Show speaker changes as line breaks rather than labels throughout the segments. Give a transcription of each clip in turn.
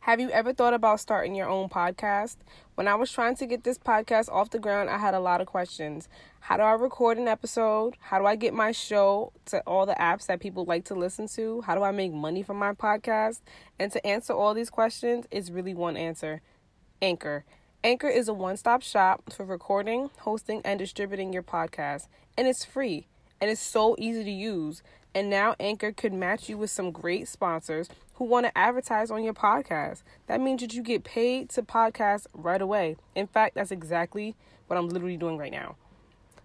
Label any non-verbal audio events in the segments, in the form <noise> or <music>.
Have you ever thought about starting your own podcast? When I was trying to get this podcast off the ground, I had a lot of questions. How do I record an episode? How do I get my show to all the apps that people like to listen to? How do I make money from my podcast? And to answer all these questions is really one answer Anchor. Anchor is a one stop shop for recording, hosting, and distributing your podcast. And it's free and it's so easy to use. And now Anchor could match you with some great sponsors who want to advertise on your podcast. That means that you get paid to podcast right away. In fact, that's exactly what I'm literally doing right now.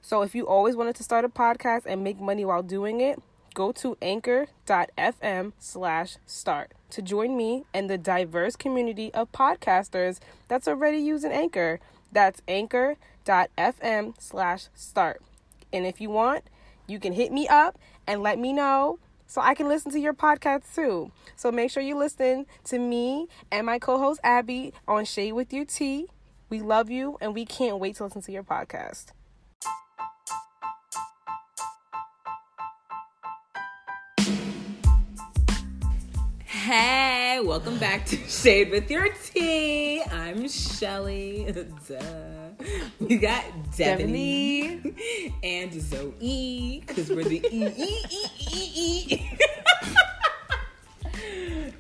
So if you always wanted to start a podcast and make money while doing it, go to anchor.fm slash start to join me and the diverse community of podcasters that's already using Anchor. That's anchor.fm slash start. And if you want, you can hit me up and let me know so I can listen to your podcast too. So make sure you listen to me and my co-host Abby on Shade with You Tea. We love you and we can't wait to listen to your podcast.
Hey, welcome back to <laughs> Shade with Your Tea. I'm Shelly. <laughs> Duh. We got Devony and Zoe because we're the E E E E <laughs> E.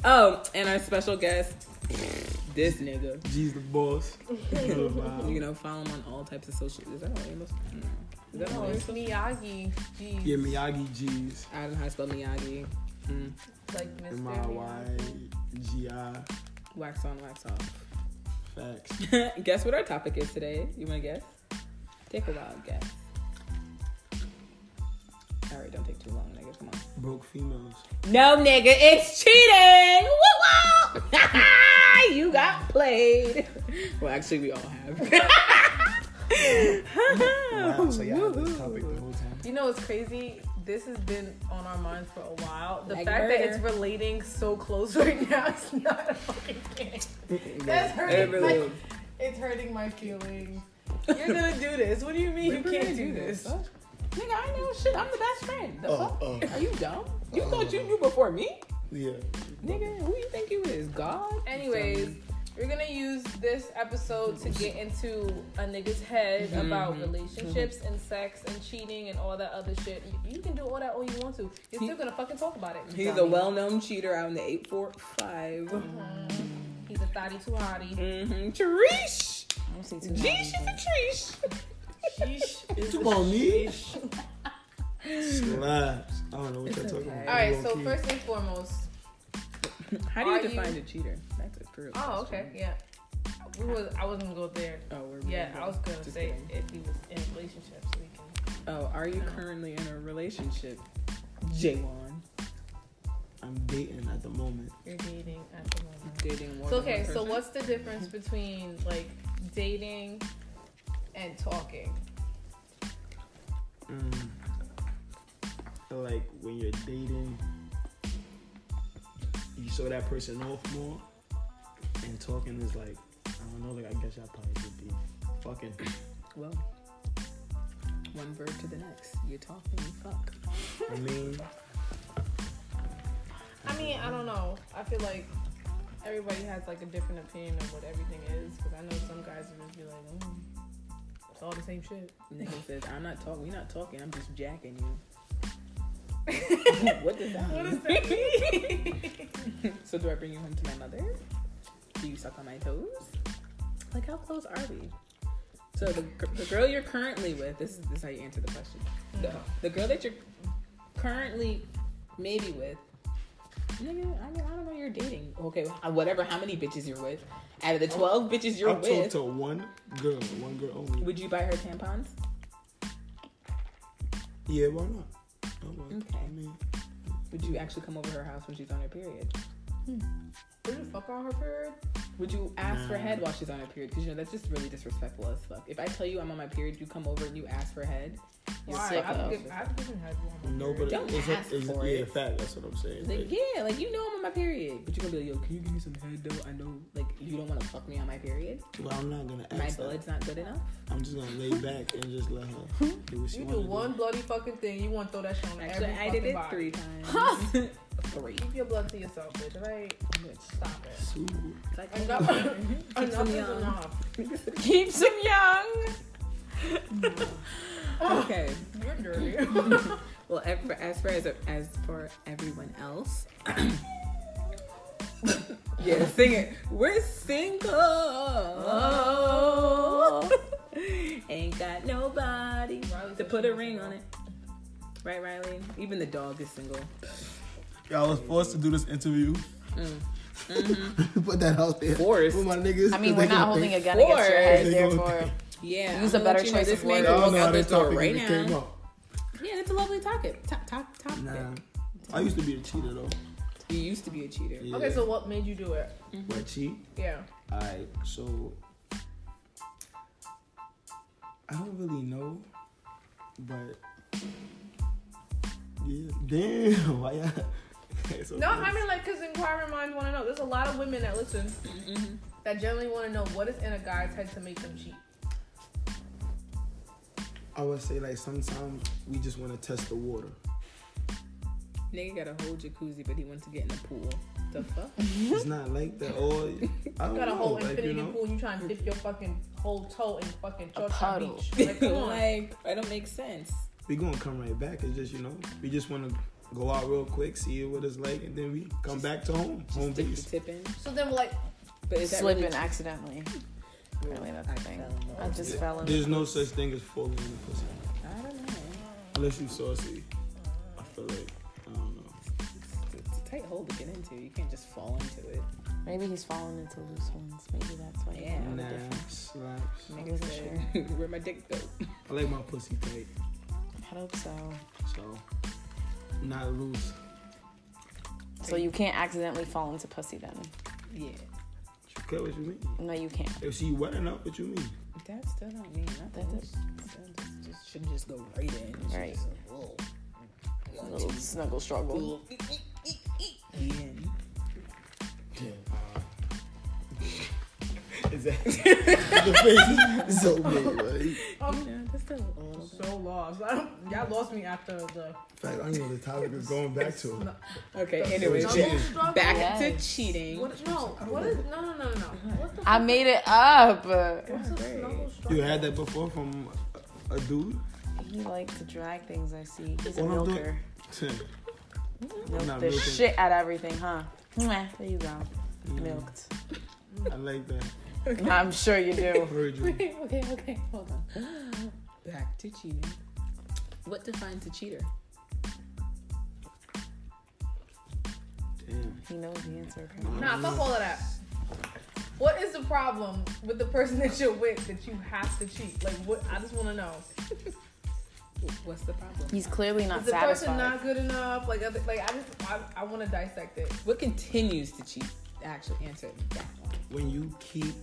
Oh, and our special guest, this nigga.
G's the
<laughs>
boss.
You know, follow him on all types of social. Is that all? Amos? No. Is that all? Amos?
Miyagi. Jeez.
yeah, Miyagi G's.
I don't know how to spell Miyagi.
Like
M I Y G I.
Wax on, wax off.
Facts.
<laughs> guess what our topic is today? You want to guess? Take a wild guess. All right, don't take too long, nigga. Come on.
Broke females.
No, nigga, it's cheating. Woo woo! <laughs> you got played. Well, actually, we all <laughs> have.
Oh, so y'all had this topic the whole time.
You know what's crazy? This has been on our minds for a while. The
Like
fact
murder.
that it's relating so close <laughs> right now is not a fucking game. That's
It
hurting.
really-
my, it's hurting my feelings. You're gonna do this. What do you mean you can't do this?
Nigga, I know shit. I'm the best friend. The
Oh,
fuck?
oh.
Are you dumb? You
Oh.
thought you knew before me?
Yeah.
Nigga, who you think you is? God?
Anyways, we're gonna use this episode to get into a nigga's head about relationships and sex and cheating and all that other shit. You, you can do all that all you want to. You're still gonna fucking talk about it.
He's a well known cheater out in the 845.
He's a thotty too hottie.
Mm-hmm. Trish!
I'm seeing too
Gee, she's a Trish.
You on me? Slaps. I don't know what you're talking about.
All right. So
Low-key.
first and foremost,
How do you
Are you-
define a cheater? That's a true.
oh okay, yeah. We was I wasn't gonna go there.
Oh, we're
Yeah,
we're-
I was gonna
just
say
kidding.
if he was in a relationship, so we can.
Oh, are you
No.
currently in a relationship, Jaywan?
I'm dating at the moment.
You're dating at the moment.
Dating more
So
than one
okay, so
person?
what's the difference between like dating and talking?
Mm. I feel like when you're dating, you show that person off more, and talking is like, I don't know, like I guess y'all probably could be fucking.
Well, one verb to the next. You talk and you fuck.
I mean,
I mean, I don't know. I feel like everybody has like a different opinion of what everything is because I know some guys would just be like, mm, it's all the same shit.
Nigga says, "I'm not talking. We're not talking. I'm just jacking
<laughs>
you." what does that mean?
<laughs> that mean?
So do I bring you home to my mother? Do you suck on my toes? Like how close are we? So the, gr- the girl you're currently with, this is, this is how you answer the question. The, the girl that you're currently maybe with, nigga, I don't, I don't know you're dating. Okay, whatever, how many bitches you're with. Out of the 12 bitches you're
I talked
with,
to one girl, one girl only.
would you buy her tampons?
yeah, why not? I would.
Okay.
I mean,
Would you actually come over to her house when she's on her period?
Would you fuck on her period?
Would you ask for
Nah.
head while she's on her period? Because you know that's just really disrespectful as fuck. If I tell you I'm on my period, you come over and you ask for head.
You're
Why?
sick
I've
of-
given, I've given head one.
no, but
Don't
it's,
ask
a, it's
for
yeah,
it.
fact. That's what I'm saying.
Like
Like,
yeah, like you know I'm on my period, but you're gonna be like, yo, can you give me some head though? I know, like you don't want to fuck me on my period.
well, I'm not gonna
my
ask. That.
blood's not good enough.
I'm just gonna lay back and just let
Hmm?
her do what she
You
wants.
do one bloody fucking thing, you want to throw that shit on
Actually,
every
I did
fucking
it
body.
three times. three.
Keep your blood to yourself, bitch. Right? Stop it.
Like, <laughs>
Enough, <laughs> enough is enough. Keep some young.
okay.
You're dirty. <laughs>
Well, ev- for- as far as as for everyone else, <coughs> yeah, sing it. We're single. <laughs> Ain't got nobody
Riley
to
said
put
she
a
was
ring
single.
on it. Right, Riley? Even the dog is single.
I was forced to do this interview.
<laughs> Put that out there.
Mm. Mm-hmm. Forced.
With my niggas.
I mean, we're not holding a gun
Or-
against your head,
They gonna
therefore.
Yeah.
Use a
I'm
better
gonna let you know
choice
This
of
man
words.
can
Y'all
walk
know
out
how
the
this
door
topic
right
even came
now.
up.
Yeah, that's a lovely topic. Top, top, top.
Nah. I used to be a cheater though.
You used to be a cheater.
Yeah.
Okay, so what made you do it?
What cheat?
Yeah.
Alright, so I don't really know, but yeah.
<laughs>
Damn, why y'all? It's
No,
okay.
I mean, like, because inquiring minds want to know. There's a lot of women that listen Mm-hmm. that generally want to know what is in a guy's head to make them cheat.
I would say like sometimes we just want to test the water.
Nigga got a whole jacuzzi, but he wants to get in the pool. The fuck?
It's not like that. Or
<laughs>
I don't
You got a
know.
whole
like,
infinity
you know,
pool and you trying to dip your fucking whole toe in fucking Georgia
puddle.
Beach.
<laughs>
Like, come on. <laughs>
like, I don't make sense.
we gonna come right back. It's just you know we just want to go out real quick, see what it's like, and then we come back to home, home
Just stick the
base.
tip in.
So then we're like,
But is that
Slipping
really
accidentally. Really, that's the thing. I just fell in.
There's no such thing as falling in the pussy
I don't know.
unless you saucy. I feel like I don't know.
It's a tight hole to get into. You can't just fall into it.
Maybe he's falling into loose ones. Maybe that's why.
Yeah.
Yeah.
Nah,
Different.
slaps.
Niggas are sure.
<laughs> Where my dick go?
I like my pussy tight,
I hope so.
so not loose.
So you can't accidentally fall into pussy then.
Yeah.
You get what you mean?
No, you can't.
If she wet enough, what you mean?
That still don't mean nothing.
That
That just, just shouldn't just go right in. It should
Right.
just, whoa.
A little snuggle struggle.
In.
<laughs> It's so big, right? In
Yeah, that's still a little
um, so lost. I don't, y'all lost me after the
fact, I know the topic is going back to. it.
Okay, anyway,
So
back
cheating.
struggle.
to
Yes. <laughs>
cheating.
What, no, what is no no no no no. What the
I made it up.
what's a snuggle struggle?
You had that before from a a dude?
He likes to drag things. I see. He's a
Well, I'm doing-
milker.
I'm
Milk
not
the
milking. Mm.
shit out of everything, huh? Mwah, There you go. Milked.
I like that.
<laughs> I'm sure you do.
Heard you.
okay, okay, hold on.
Back to cheating. What defines a cheater?
Damn.
He knows the answer.
<laughs> Nah,
Mm-hmm.
fuck all of that. What is the problem with the person that you're with that you have to cheat? Like what? I just want to know.
What's the problem?
He's clearly not
Is the
satisfied.
person not good enough? Like other, like I just I, I want to dissect it.
What continues to cheat? Actually, answer that one.
When you keep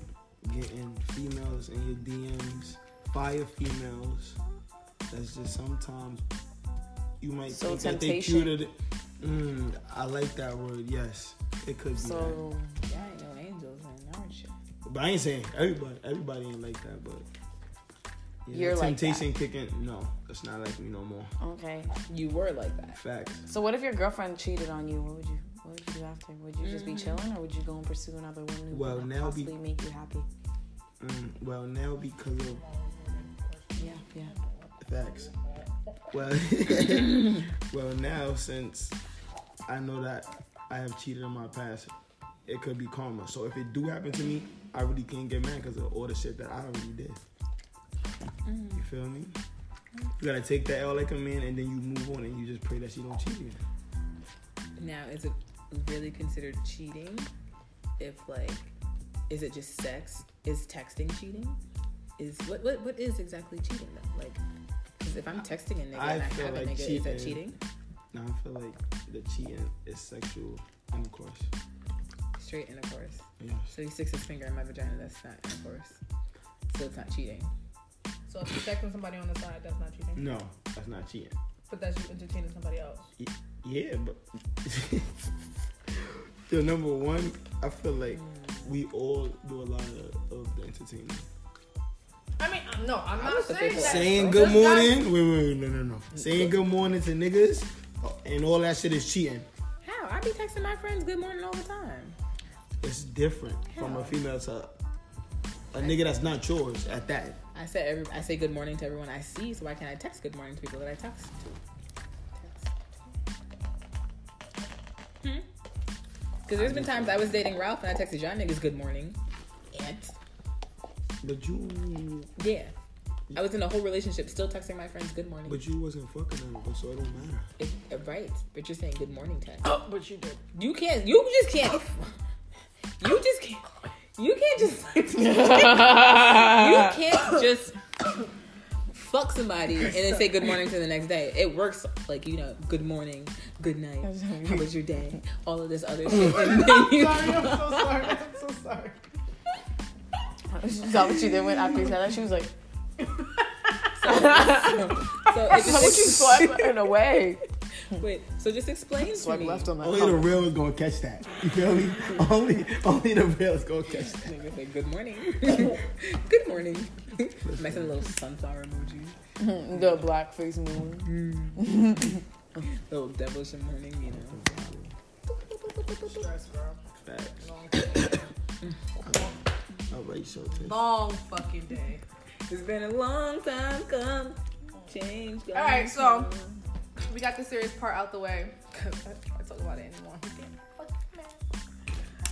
getting females in your DMs, fire females, that's just sometimes you might
So
think
temptation.
that they cuter. than- Mm, I like that word. Yes, it could be. that.
so <laughs>
Y'all ain't no angels and y'all ain't shit.
But I ain't saying everybody. Everybody ain't like that, but. Yeah,
You're like
temptation kicking. No, it's not like me no more.
okay.
You were like that.
Facts.
So what if your girlfriend cheated on you? What would you What would you do after? Would you just be chilling, or would you go and pursue another woman who
Mm. Well,
could
now be-
possibly make you happy?
Mm, well, now because of
Yeah, yeah.
Facts. Well,
<laughs>
well, now since I know that I have cheated in my past, it could be karma. So if it do happen to me, I really can't get mad because of all the shit that I already did.
Mm.
You feel me? You gotta take that L like a man, and then you move on, and you just pray that she don't cheat again.
Now, is it really considered cheating? If like, is it just sex? Is texting cheating? Is what what what is exactly cheating though? Like, 'cause if I'm texting a nigga
I
and I
feel
have a
like
nigga, is that
cheating-
cheating?
Now I feel like the cheating is sexual intercourse.
Straight intercourse.
Yes.
So he sticks his finger in my vagina. That's not intercourse. So it's not cheating.
So if you're texting somebody on the side, that's not cheating.
No, that's not cheating.
But that's you entertaining somebody else.
Yeah, but <laughs> the number one, I feel like we all do a lot of, of the entertainment.
I mean, I'm- no, I'm not
was a
saying
big
that.
Saying
Just
good
guys-
uh, morning, wait, wait, wait, no, no, no. Saying good morning to niggas and all that shit is cheating.
How? out. I be texting my friends good morning all the time.
It's different from a female to a nigga that's not yours at that.
I say every, I say good morning to everyone I see. So why can't I text good morning to people that I text to? Because Hmm? there's been times I was dating Ralph and I texted y'all niggas good morning. And
But you,
yeah, I was in a whole relationship still texting my friends good morning.
but you wasn't fucking her, so it don't matter.
It- uh, right, but you're saying good morning text.
Oh, but you did. Oh.
You can't. You just can't. You just can't. You can't just.
<laughs>
you can't just fuck somebody and then say good morning to the next day. It works like you know, good morning, good night, how was your day, all of this
<laughs>
other shit. And then you,
so <laughs> sorry. I'm so sorry.
Is that what you did when after you said that? She was like,
so it
"How would you
just,
swipe in a way?"
wait, so just explain to
Swipe
me.
left on that.
Only the real is gonna catch that. You feel me? only, only the real is gonna catch that.
Nigga say
<laughs>
good morning. good morning. Am I sending a little sunflower emoji?
The blackface moon.
Little devilish morning, you know.
Facts. All right, so Tish.
Long fucking day.
It's been a long time come. Change.
All right, so we got the serious part out the way. <laughs> I can't talk about it anymore.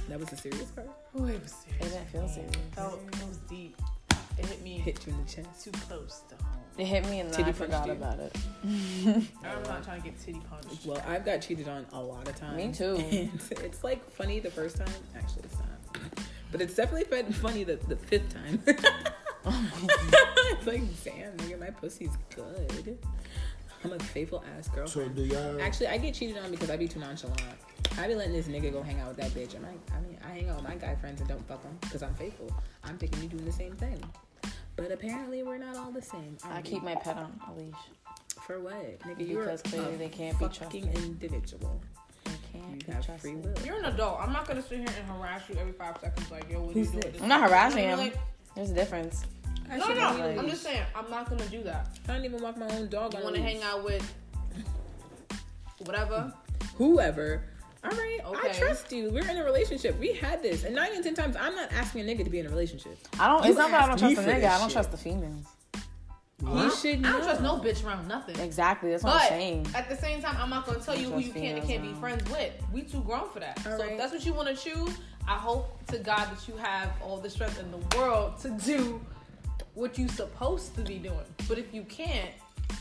that was the serious part.
Ooh, it was serious.
It didn't feel serious.
That it was deep. It hit me
Hit you in the chest.
too close to home.
It hit me and then
Titty
I
punched
forgot
you.
about it.
I'm not trying to get titty punched.
Well, I've got cheated on a lot of times.
Me too.
<laughs> And it's like funny the first time. Actually, it's not. But it's definitely been funny the, the fifth time. <laughs> Oh it's like, damn, nigga, my pussy's good. I'm a faithful ass girl.
So do y'all?
Actually, I get cheated on because I be too nonchalant. I be letting this nigga go hang out with that bitch, and I, I mean, I hang out with my guy friends and don't fuck them because I'm faithful. I'm thinking you doing the same thing, but apparently we're not all the same. are
I
we?
keep my pet on a leash
for what, nigga? You're
because clearly
a
they can't be trusted.
fucking individual.
They
You
can't be
have free will.
trusted.
You're an adult. I'm not gonna sit here and harass you every five seconds. Like, yo, what are you
Who's
doing?
this?
This
I'm not harassing him.
I'm like,
There's a difference.
I
No, no,
shouldn't
no.
be like-
I'm just saying. I'm not gonna do that.
I don't even walk my own dog.
You
on
want to
a
hang
leash.
out with whatever?
Whoever. All right, I
Okay.
trust you. We're in a relationship. We had this, and nine and ten times, I'm not asking a nigga to be in a relationship.
I don't.
You
It's not that I don't
asked me
trust the
for
nigga.
this
I don't
shit.
trust the females.
You should
I
know.
don't trust no bitch around nothing.
Exactly. That's what
But
I'm saying.
at the same time, I'm not gonna tell
I
you who
trust
you can and
females
can't be
now.
friends with. We too grown for that.
All
so
right.
if that's what you want to choose, I hope to God that you have all the strength in the world to do what you supposed to be doing. But if you can't,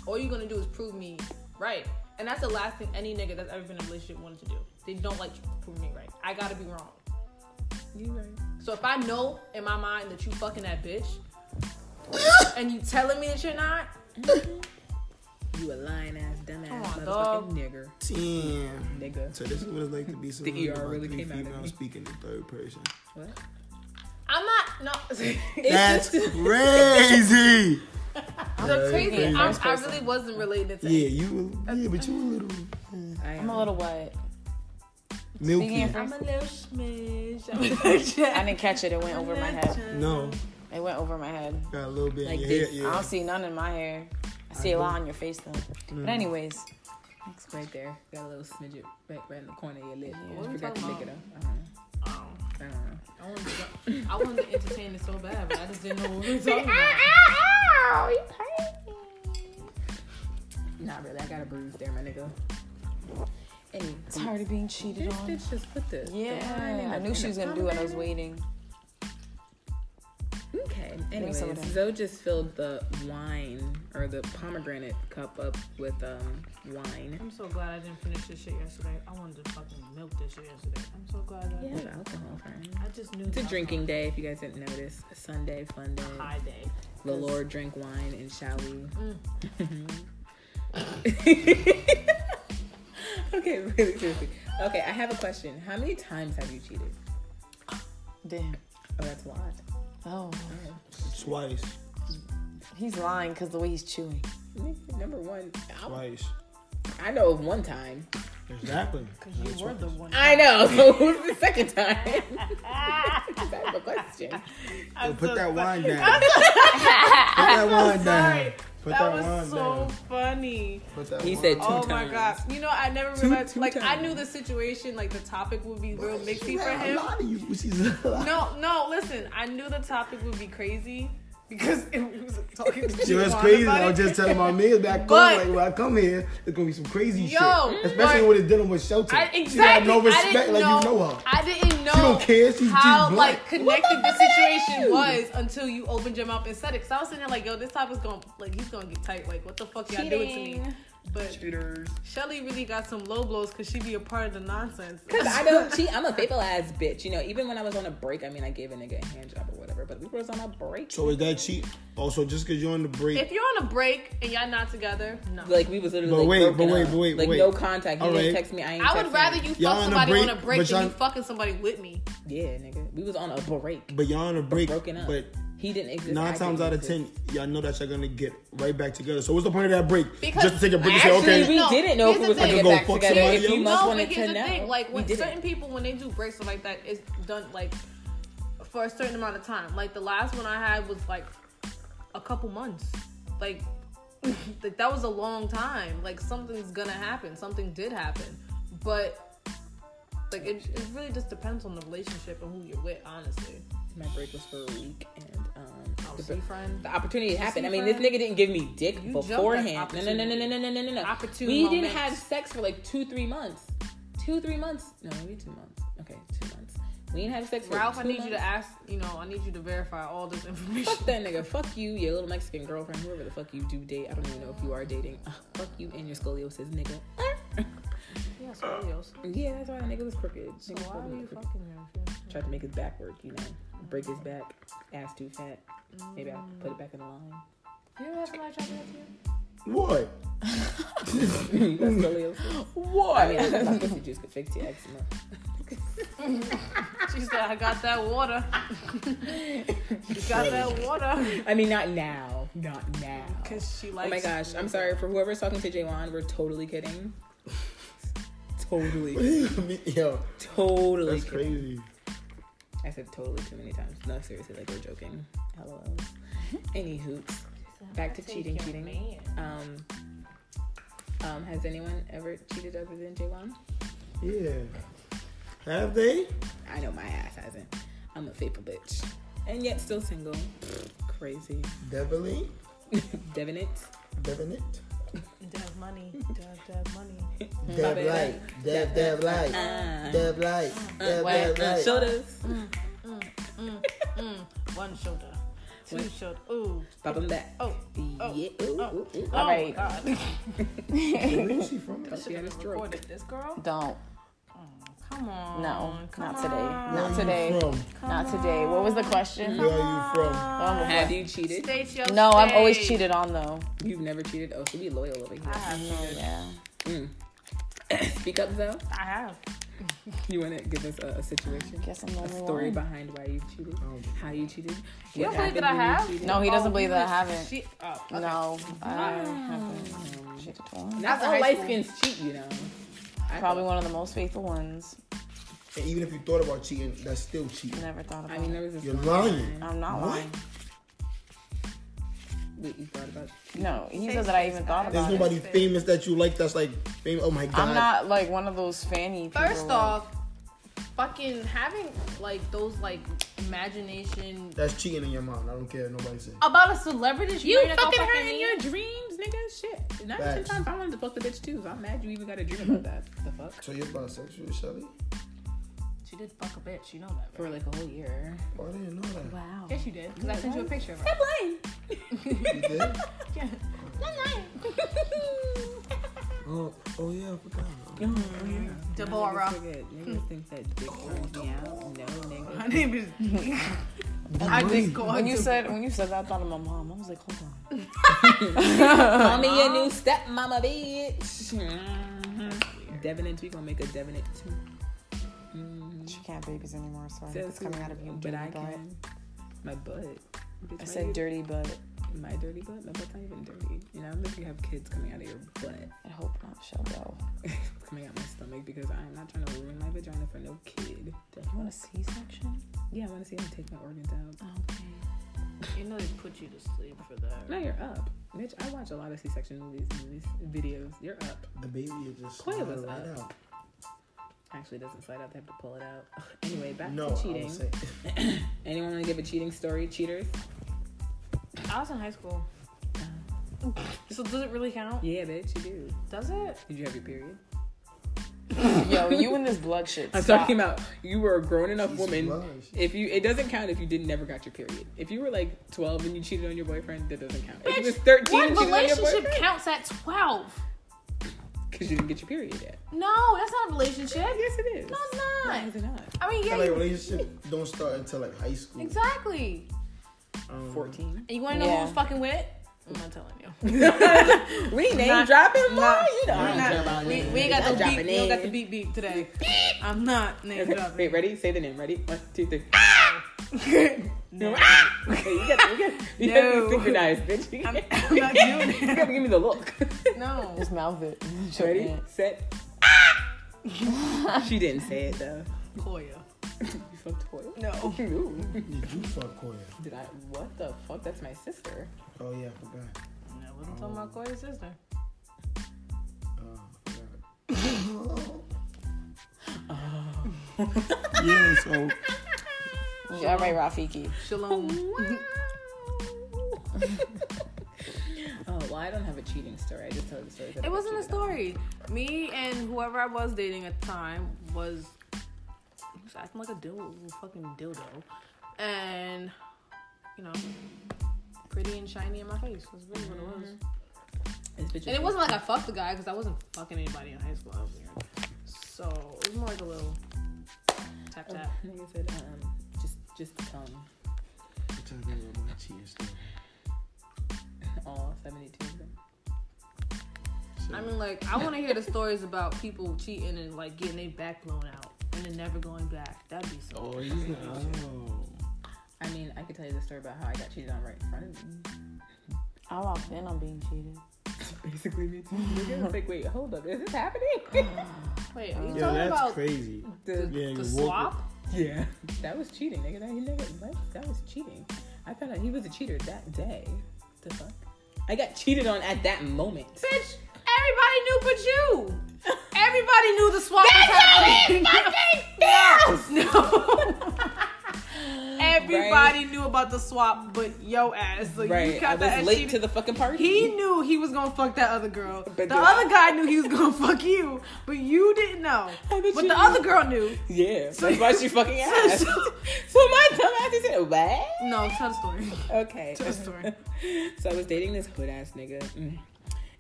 all you're gonna do is prove me right. And that's the last thing any nigga that's ever been in a relationship wanted to do. They don't like to prove me right. I gotta be wrong.
You right.
So if I know in my mind that you fucking that bitch, and you telling me that you're not,
You a lying ass, dumbass,
Come on,
motherfucking
dog.
nigger,
Damn.
nigga.
So this is what it's like to be surrounded
ER
by
really
three
came out at me.
females speaking in third person.
What?
I'm not. No. <laughs>
That's crazy.
<laughs>
The crazy,
crazy.
I'm, I really wasn't relating to
Yeah, you. Yeah, but you a little
I
I'm
am
a little what?
milky.
Speaking for-
I'm a little smidge.
<laughs>
I'm
I didn't catch it. It went over my head.
No,
It went over my head.
got a little bit
Like
in your
this.
hair.
I
Yeah.
don't see none in my hair. I see a lot on your face though.
Mm.
But anyways,
It's right there. Got a little smidget right, right in the corner of your lip.
Yeah.
You
What
forgot
we
to make
talking
it up. I don't know. I don't know.
Um, I wanted, to, I wanted to entertain it so bad, but I just didn't know what we were talking
Ah,
about.
oh, Not really. I got a bruise there, my nigga. Anyway,
tired of being cheated
this
on.
bitch just put this.
Yeah, I knew she was gonna do it. I was waiting.
Okay.
me
Anyways,
some of that.
Zoe just filled the wine or the pomegranate cup up with um wine.
I'm so glad I didn't finish this shit yesterday. I wanted to fucking milk this shit yesterday. I'm so glad that
Yeah, alcohol, friend.
I just knew
It's a
that
drinking day. If you guys didn't notice, Sunday fun day.
was a high day.
The Lord drank wine and shall we? Mm. <laughs> okay, really seriously. Okay, I have a question. How many times have you cheated?
Damn.
Oh, that's a lot.
Oh,
Twice,
he's lying because the way he's chewing.
Number one, I-
twice.
I know of one time.
Exactly.
You were the one. <laughs>
I know. <laughs> So who's the second time? <laughs> That's a question.
<laughs>
Yo, put that wine down. put that wine down. Put
that
that,
was
line
so
down.
funny.
Put that
He
line
said two
Oh
times.
my god! You know, I never
Two-
realized.
two
like, I
times.
knew the situation, like the topic would be real mixy for
Yeah,
him.
A lot of you pussies. a lot.
No, no. Listen, I knew the topic would be crazy because it was talking to
Yo, it's
Juwan
crazy.
about
I was
it.
just telling
<laughs>
my man back
But-
home, like, when I come here, it's gonna be some crazy
Yo,
shit. Especially
but-
when it's dealing with shelter.
I,
She got
exactly.
no
I
respect,
didn't
like,
know,
you know her.
I didn't know
don't care. She's
how
just
like
black.
connected the situation was until you opened your mouth and said it. Cause I was sitting there like, yo, this type is gonna like he's gonna get tight. Like, what the fuck y'all doing to me? But
Cheaters.
Shelly really got some low blows because she be a part of the nonsense.
Cause I don't cheat. I'm a faithful ass bitch. You know, even when I was on a break, I mean, I gave a nigga a hand job or whatever, but we was on a break.
So is that cheap? Also, just because you're on the break.
If you're on a break and y'all not together, no.
Like we was literally.
But
like,
wait,
broken
but wait,
up.
but wait, but
Like
wait.
no contact. He
All
didn't
right.
text me. I ain't.
I would
texting
rather
him.
you
Y'all
fuck
on a
somebody on
break,
a break
but
than you
y'all-
fucking somebody with me.
Yeah, nigga. We was on a break.
but you're on a break.
broken up.
But
He didn't exist. I
nine times
didn't
out of
exist.
ten, y'all know that y'all gonna get right back together. So what's the point of that break?
Because
just to take a break
Actually,
and say, okay,
we
No,
didn't know if
here's
we was
the
gonna
thing.
get
I can go
back
fuck
together.
somebody
If you
else?
must
no,
wanted
but here's
to
the
know,
thing. Like
we
when
didn't.
certain people, when they do breaks or like that, it's done like for a certain amount of time. Like the last one I had was like a couple months. Like, <laughs> like that was a long time. Like something's gonna happen. Something did happen, but like it, it really just depends on the relationship and who you're with. Honestly,
My break was for a week, and um,
I'll
the,
see, friend.
the opportunity happened. I mean,
see,
this nigga didn't give me dick
You jumped at
beforehand. No, no, no, no, no, no, no, no, no, no.
Opportune
We didn't
moments.
have sex for like two, three months. Two, three months. No, maybe two months. Okay, two months. We didn't have sex. For
Ralph,
two
I need you to
months.
ask. You know, I need you to verify all
<laughs>
this information.
Fuck that nigga. Fuck you, your little Mexican girlfriend, whoever the fuck you do date. I don't even know if you are dating. Ugh, fuck you and your scoliosis, nigga.
Yeah, somebody else.
yeah, that's why that nigga was crooked.
So
Nigga was
why are
really
you
crooked.
fucking him?
Tried to make his back work, you know. Break his back. Ass too fat. Maybe I'll
Mm.
put it back in the
<laughs>
line.
You ever had somebody try to help you?
what? <laughs>
You got scoliosis? What? I mean, I guess my pussy juice could fix your eczema.
She said, I got that water. <laughs> you got that water.
I mean, not now. Not now.
Because she
Oh
likes
my gosh. I'm sorry for whoever's talking to Jaywan. We're totally
<laughs>
kidding. totally.
Yo,
Totally
that's
kidding.
crazy.
I said totally too many times. No, seriously, like we're joking.
<laughs>
LOL. Any hoops. Back to cheating, cheating. Um, um, has anyone ever cheated other than Jaywan?
Yeah. Have they?
I know my ass hasn't. I'm a faithful bitch. And yet still single. Crazy. <laughs>
Deviling?
Devin it.
Devin it?
Dev money. Dev, dev money.
Dev light. Dev, dev light.
Uh,
Dev light. Dev,
wag
dev
the
light.
shoulders.
One shoulder. Two
What?
shoulder. Ooh.
Pop them back.
Oh. Oh.
Yeah. Ooh,
Oh.
ooh, ooh.
Oh,
All right.
God. This
Where is she from?
She had a
is
stroke.
recorded. This girl?
Don't.
Come on.
No.
Oh, Come
Not today.
on.
Where
Not
are
today.
you from?
Not today. What was the question?
Where are you from?
Oh,
Have you cheated?
State your
No, I'm
state.
always cheated on though.
You've never cheated? Oh, so be loyal over
I
here. Mm.
have. cheated.
Yeah.
<coughs> Speak up, Zoe.
I have.
You want to give us a, a situation?
Guess I'm the
A
only
story
one.
behind why you cheated, how you cheated.
You don't
what
believe that I
happened when you
have?
cheated.
No, he doesn't
Oh,
believe that I haven't.
She, oh, okay.
No, I haven't cheated once.
Not
After
all
high
light
school.
skins cheat, you know. I
Probably
thought-
one of the most faithful ones.
And even if you thought about cheating, that's still cheating.
Never thought about.
I mean, there was this
You're
one Um,
lying.
time-
I'm not
What?
lying.
Wait, you thought about
No, he said that I even thought
There's
about it.
nobody famous that you like that's like famous. Oh my god.
I'm not like one of those fanny people.
First
like-
off, fucking having like those like imagination
That's cheating in your mind. I don't care. if Nobody says.
about a celebrity. that
You
married that don't
fucking her in
me?
your dreams, nigga. Shit. Not
Facts.
sometimes I wanted to fuck the bitch too, so I'm mad you even got a dream about that. The fuck?
So you're bisexual, Shelly?
She did fuck a bitch. You know that. Right?
For like a whole year.
Oh, I didn't know that.
wow.
Yes, you did. Because I sent you a picture of her.
You did? Oh, oh yeah, I forgot.
Deborah.
Niggas think that dick turns me out. No, nigga.
Her name is. I just called
When <laughs> you said when you said that, I thought of my mom. I was like, hold on.
Call me your <laughs> new stepmama, bitch. Devin and we gonna make a Devin and two. Mm-hmm.
She can't babies anymore, so I think
Says
it's coming
who?
out of you.
But
dirty
I
butt.
can. My butt. Bitch,
I
my
said dirty,
dirty.
but
My dirty butt. My butt's not even dirty. You know, unless you have kids coming out of your butt,
I hope not. She'll go.
It's coming out my stomach, because I am not trying to ruin my vagina for no kid. The
You
fuck?
want a C-section?
Yeah, I want to see him take my organs out.
Okay.
You know they put you to sleep for that.
Now you're up. Bitch, I watch a lot of C-section movies and these videos. You're up.
The baby is just
Quite
slide
was
right
up.
out.
Actually, it doesn't slide out. They have to pull it out. <laughs> anyway, back
No, I
to
was
cheating.
saying-
Anyone want to give a cheating story? Cheaters?
I was in high school. <laughs> so does it really count?
Yeah, bitch, you do.
Does it?
Did you have your period?
<laughs>
Yo, you and this blood shit.
I'm
stop.
talking about you were a grown enough
She's
woman.
blind. She's-
If you, it doesn't count if you did never got your period. If you were like 12 and you cheated on your boyfriend, that doesn't count. if you was 13
What
and cheated on your boyfriend,
relationship counts at twelve?
because you didn't get your period yet.
No, that's not a relationship.
Yes, it is.
No, it's
Why
not.
is it not?
I mean, yeah,
Like
you-
relationship don't start until like high school.
exactly.
Um,
14.
And you want to know who
Yeah.
was fucking with? I'm not telling you.
We name dropping, boy. you know.
I'm not- we, we ain't got
Not
the beat.
dropping
We don't got
names.
the beat beat today. I'm not
<laughs>
name
Okay,
dropping. Ah!
wait, ready? Say the name. Ready? One, two, three.
<laughs>
No. okay, you gotta, you gotta, you gotta
No.
be synchronized, bitch. <laughs> You
I'm,
gotta,
I'm not doing
you
it.
gotta give me the look.
No.
Just mouth it. Shut
Ready,
up.
set. she didn't say it though.
Koya.
You fucked Coyle?
No.
No.
Did you fuck Koya?
Did I? What the fuck? That's my sister.
Oh yeah, I forgot.
I wasn't talking about Koya's sister.
Oh, I forgot. yeah, so
All right, Rafiki. <laughs>
Shalom.
Oh well, I don't have a cheating story. I just told the story. that I
It
got
wasn't a
cheated on.
story. Me and whoever I was dating at the time was, was acting like a dildo, fucking dildo, and you know, pretty and shiny in my face. That's really what it was.
Mm-hmm.
This bitch is
And it wasn't like I fucked the guy because I wasn't fucking anybody in high school. I was weird. So it was more like a little tap
Oh,
tap.
Nigga said, um, just, just the tongue.
I'm trying to think about my cheating story.
All seventy-two of them.
So,
I mean, like I want to hear the stories about people cheating and like getting their back blown out and then never going back. That'd be so.
oh, he's not. Oh.
I mean, I could tell you the story about how I got cheated on right in front of me.
I walked in on being cheated.
<laughs> Basically, me too. Nigga, it's like, wait, hold up, is this happening?
Oh.
<laughs>
Wait, are you
Yeah,
talking
that's
about
crazy.
The-
Yeah,
the
you walk
swap?
yeah, that was cheating, nigga. That, nigga, what? That was cheating. I found out he was a cheater that day. The fuck? I got cheated on at that moment.
Bitch, everybody knew but you. <laughs> Everybody knew the swap was happening. <laughs> No. <laughs> Everybody knew about the swap but yo ass. So you
Right, I
count that
was
as
late
cheating.
to the fucking party.
he knew he was gonna fuck that other girl.
But
the
the-
other guy knew he was gonna <laughs> fuck you, but you didn't know.
I
But
bet
the
you knew.
other girl knew.
yeah, that's why she fucking asked. So,
<laughs> so-
my dumb ass is like, what?
No, tell the story. <laughs>
Okay. <laughs>
Tell the story.
so I was dating this hood ass nigga, mm,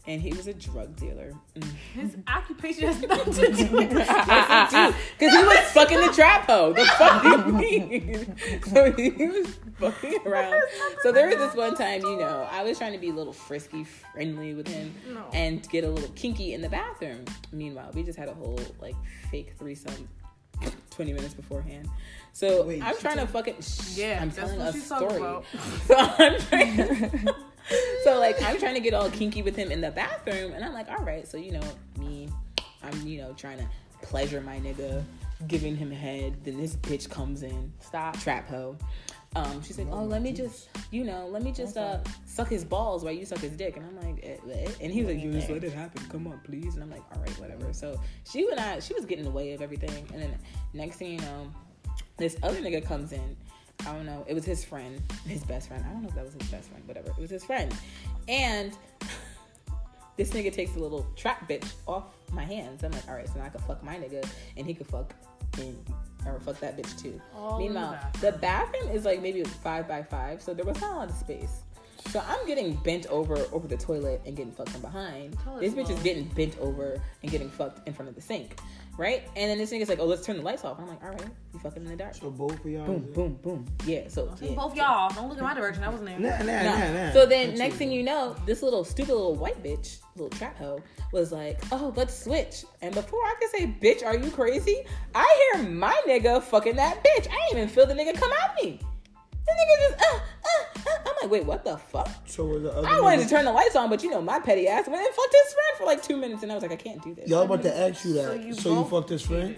and he was a drug dealer. Mm.
His occupation has nothing to do with
Because he was fucking the trap hoe. The fuck do you mean? So he was fucking around. So there was this one time, you know, I was trying to be a little frisky, friendly with him,
No.
and get a little kinky in the bathroom. Meanwhile, we just had a whole like fake threesome. 20 minutes beforehand. So
Wait,
I'm
she
trying to fucking. Shh,
Yeah,
I'm
that's
telling
what
a
she's talking
story.
about. <laughs>
So I'm trying. so like I'm trying to get all kinky with him in the bathroom, and I'm like, all right, so you know me, I'm you know trying to pleasure my nigga, giving him head. Then this bitch comes in,
Stop.
trap hoe. Um, she's like, oh, let me just, you know, let me just uh suck his balls while you suck his dick, and I'm like, eh, eh, and he was like, you just let it happen, come on, please, and I'm like, all right, whatever. So she would not, she was getting in the way of everything, and then next thing you know, this other nigga comes in. I don't know. It was his friend, his best friend. I don't know if that was his best friend, whatever. It was his friend. And <laughs> this nigga takes a little trap bitch off my hands. I'm like, all right, so now I can fuck my nigga and he could fuck in or fuck that bitch too. Meanwhile, the bathroom is like maybe five by five, so there was not a lot of space. So I'm getting bent over over the toilet and getting fucked from behind. This bitch is getting bent over and getting fucked in front of the sink, right? And then this nigga's like, oh, let's turn the lights off. I'm like, all right, you fucking in the dark.
So both of y'all.
Boom, boom, boom. Yeah, so yeah.
Both y'all, don't look in my direction. I wasn't there.
Nah, nah,
No.
nah, nah.
So then, next thing you know, this little stupid little white bitch, little trap hoe, was like, "Oh, let's switch." And before I could say, "Bitch, are you crazy?" I hear my nigga fucking that bitch. I didn't even feel the nigga come at me. The nigga just, uh, uh, uh. I'm like, "Wait, what the fuck?"
So was the other.
I wanted
nigga-
to turn the lights on, but you know my petty ass went and fucked his friend for like two minutes, and I was like, "I can't do this."
Y'all about to ask you that. So you,
both
fucked his friend?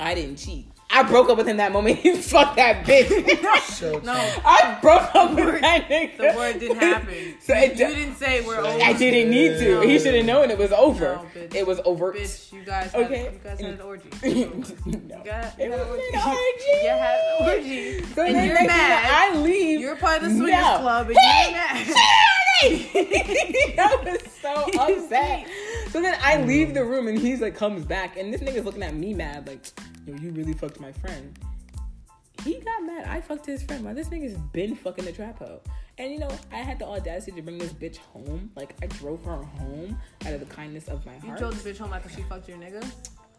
I didn't cheat. I broke up with him that moment. <laughs> He fucked that bitch.
So
<laughs>
No,
I broke up with that nigga.
the word didn't happen.
<laughs> So it
you
d-
didn't say we're over.
I didn't need to. He should have known it was over.
No, bitch.
It was over.
Bitch, you guys
Okay.
had you guys had an orgy.
<laughs> no.
You got you
It
had an
was
orgy.
an <laughs> orgy.
You had an orgy.
So
And
then
you're
next thing
mad.
I leave.
You were part of the swingers
No.
club and
Hey!
you're mad. <laughs>
I was so upset. So then
Mm.
I leave the room and he's like comes back and this nigga's looking at me mad like, yo, you really fucked my friend. He got mad. I fucked his friend. Why this nigga's been fucking the trap hoe. And you know, I had the audacity to bring this bitch home. Like I drove her home out of the kindness of my
You
heart.
drove the bitch home after she fucked your nigga.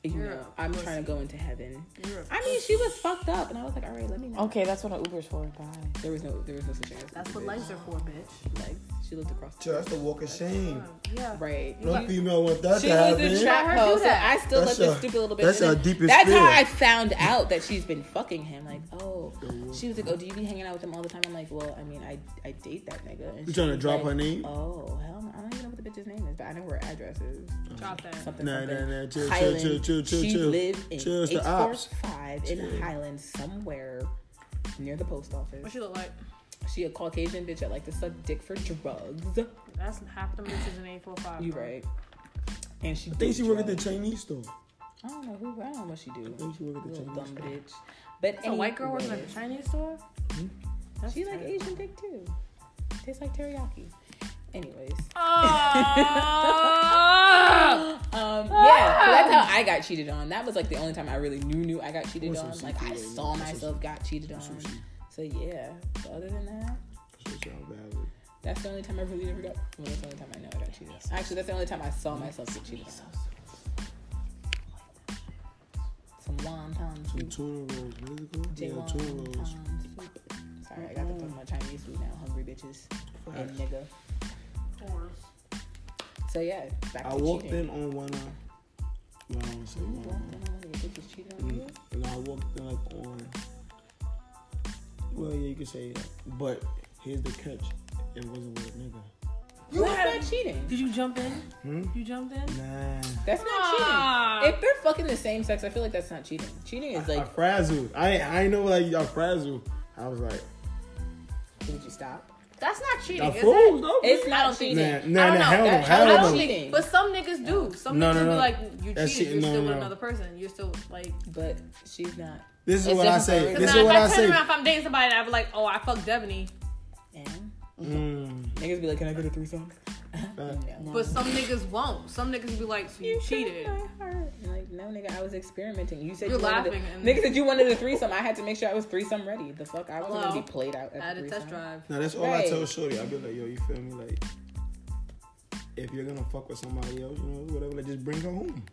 You
you're
know,
a
I'm
pussy.
trying to go into heaven.
You're a-
I mean, she was fucked up, and I was like, all right, let me. Know.
Okay, that's what an Uber's for. Bye.
There was no, there was no such thing. as
That's
a
what
bitch.
legs are for, bitch.
Legs. She looked across. The
so that's the walk of shame.
Yeah.
Right.
No female want that
She
to
was
happen.
a
trap
trap
her
hoe,
do
so I
that.
still
That's
let this
our-
stupid little bitch.
that's
and
our
then-
deepest
That's how
fear.
I found out that she's been fucking him. Like,
Mm.
oh, she was like, oh, do you be hanging out with him all the time? I'm like, well, I mean, I, I date that nigga. And
You
she
trying to
was
drop
like,
her name?
Oh hell, no. I don't even know what the bitch's name is, but I know her address is.
Drop that.
Something,
Nah,
something.
nah, nah, chill, chill,
Highland.
chill, chill, chill,
she
chill.
lived in
Chill, it's the ops.
845 in Highland somewhere near the post
What
office.
she look like?
She a Caucasian bitch that like to suck dick for drugs.
That's half the bitches in 845.
You
bro.
right. And she
I think she
did
work at the
drugs.
Chinese store.
I don't know who. I don't know what she do.
I think she work at the
Little
Chinese
dumb
store.
bitch. But
It's a white girl working at
anyways,
a Chinese store? That's
She like
terrible.
Asian dick too. Tastes like teriyaki.
<laughs>
Anyways.
Oh!
<laughs> Um, yeah, so that's how I got cheated on. That was like the only time I really knew knew I got cheated
What's
on.
some
Like I
seafood, yeah,
saw
what's some
myself got cheated on.
Sushi.
So yeah. But other than that,
So it sound valid.
that's the only time I really ever got. Well, that's the only time I know I got cheated. on. Actually, that's the only time I saw myself get cheated on. Some wonton
Some
soup.
tuna rolls. What is it called?
Mm. J
Yeah,
wonton
tuna rolls.
soup. Sorry, I got to talk about Chinese food now. Hungry bitches and nigga. So yeah, back
I
to
walked
cheating.
in on one. Uh, well, I don't say
You
one.
walked in on one of your bitches cheating on you?
And, and I walked in like on. Well, yeah, you could say that. But here's the catch. It wasn't with a nigga.
Well, that's not cheating.
Did you jump in?
Hmm?
You jumped in? Ah.
Nah.
That's not cheating. If they're fucking the same sex, I feel like that's not cheating. Cheating is
I
like,
frazzled. I I know like I frazzled. I was like,
did you stop?
That's not cheating,
I
is it?
froze. up.
It's not
think
cheating.
Nah, nah,
Oh,
nah,
don't know.
hell no,
That's
hell
not
no.
cheating.
But some niggas do. Some
No,
niggas
no,
be
no.
like, you
That's
cheated.
cheating.
You're
No, no,
still with
no.
another person. You're still like.
But she's not.
This is
It's
what I
different for
say.
everybody.
This
Because
is
now
what
if I,
I
turn
say.
around, if I'm dating somebody, and I'd be like, oh, I fucked Devony.
And
Mm,
niggas be like, can I get a threesome? <laughs>
fact.
No.
But some niggas won't. Some niggas be like, so you, cheated.
My heart. I'm Like, no, nigga, I was experimenting. You said
You're
you wanted
laughing
a-
and-
nigga said you wanted a threesome. I had to make sure I was threesome ready. The fuck, I wasn't gonna
Hello?
be played out.
I
At
had
the
a
threesome.
test drive.
Now that's all
Right.
I tell Shorty. I be like, yo, you feel me? Like, if you're gonna fuck with somebody else, you know, whatever, like, just bring her home.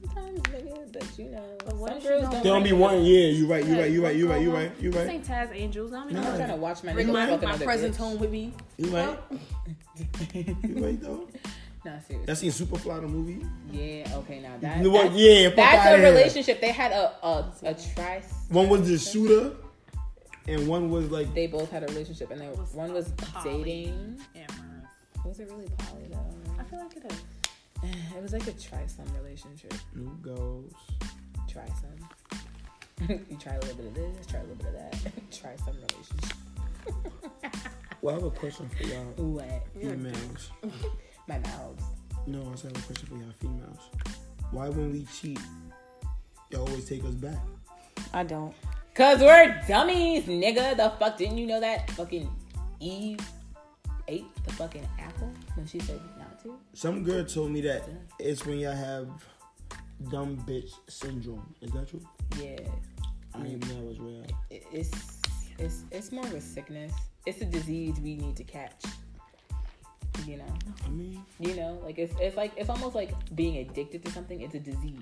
Sometimes, nigga, but you know,
what
some
if she
girls
don't
don't.
There don't be
like
one. Yeah, you right. You right. You right. You right. You right. You
This
right.
ain't Taz Angels. I mean,
it. I'm
Nah.
trying to watch my
bring
nigga
my,
fucking
my
other
presents
bitch.
home with me.
You right.
<laughs>
You right though.
Nah, seriously.
That seen Superfly the movie.
Yeah. Okay. Now that.
You what?
that's-
Yeah. Fuck
That's
outta
a
here.
relationship. They had a a, a tri.
One was the shooter, and one was like.
They both had a relationship, and they, one was
Poly.
dating.
Amber.
Was it really poly though?
I feel like it is.
<sighs> It was like a trisome relationship.
New goals.
Trisome. <laughs> you try a little bit of this, try a little bit of that. <laughs> try some relationship.
Well, I have a question for y'all
What?
females.
My mouth.
No, I also have a question for y'all females. Why when we cheat, y'all always take us back?
I don't.
Cause we're dummies, nigga. The fuck didn't you know that? Fucking Eve ate the fucking apple when she said not to.
Some girl told me that it's when y'all have dumb bitch syndrome. Is that true?
Yeah.
I didn't even know that was real.
it's it's it's more of a sickness. It's a disease we need to catch. You know,
I mean,
you know, like it's it's like it's almost like being addicted to something. It's a disease.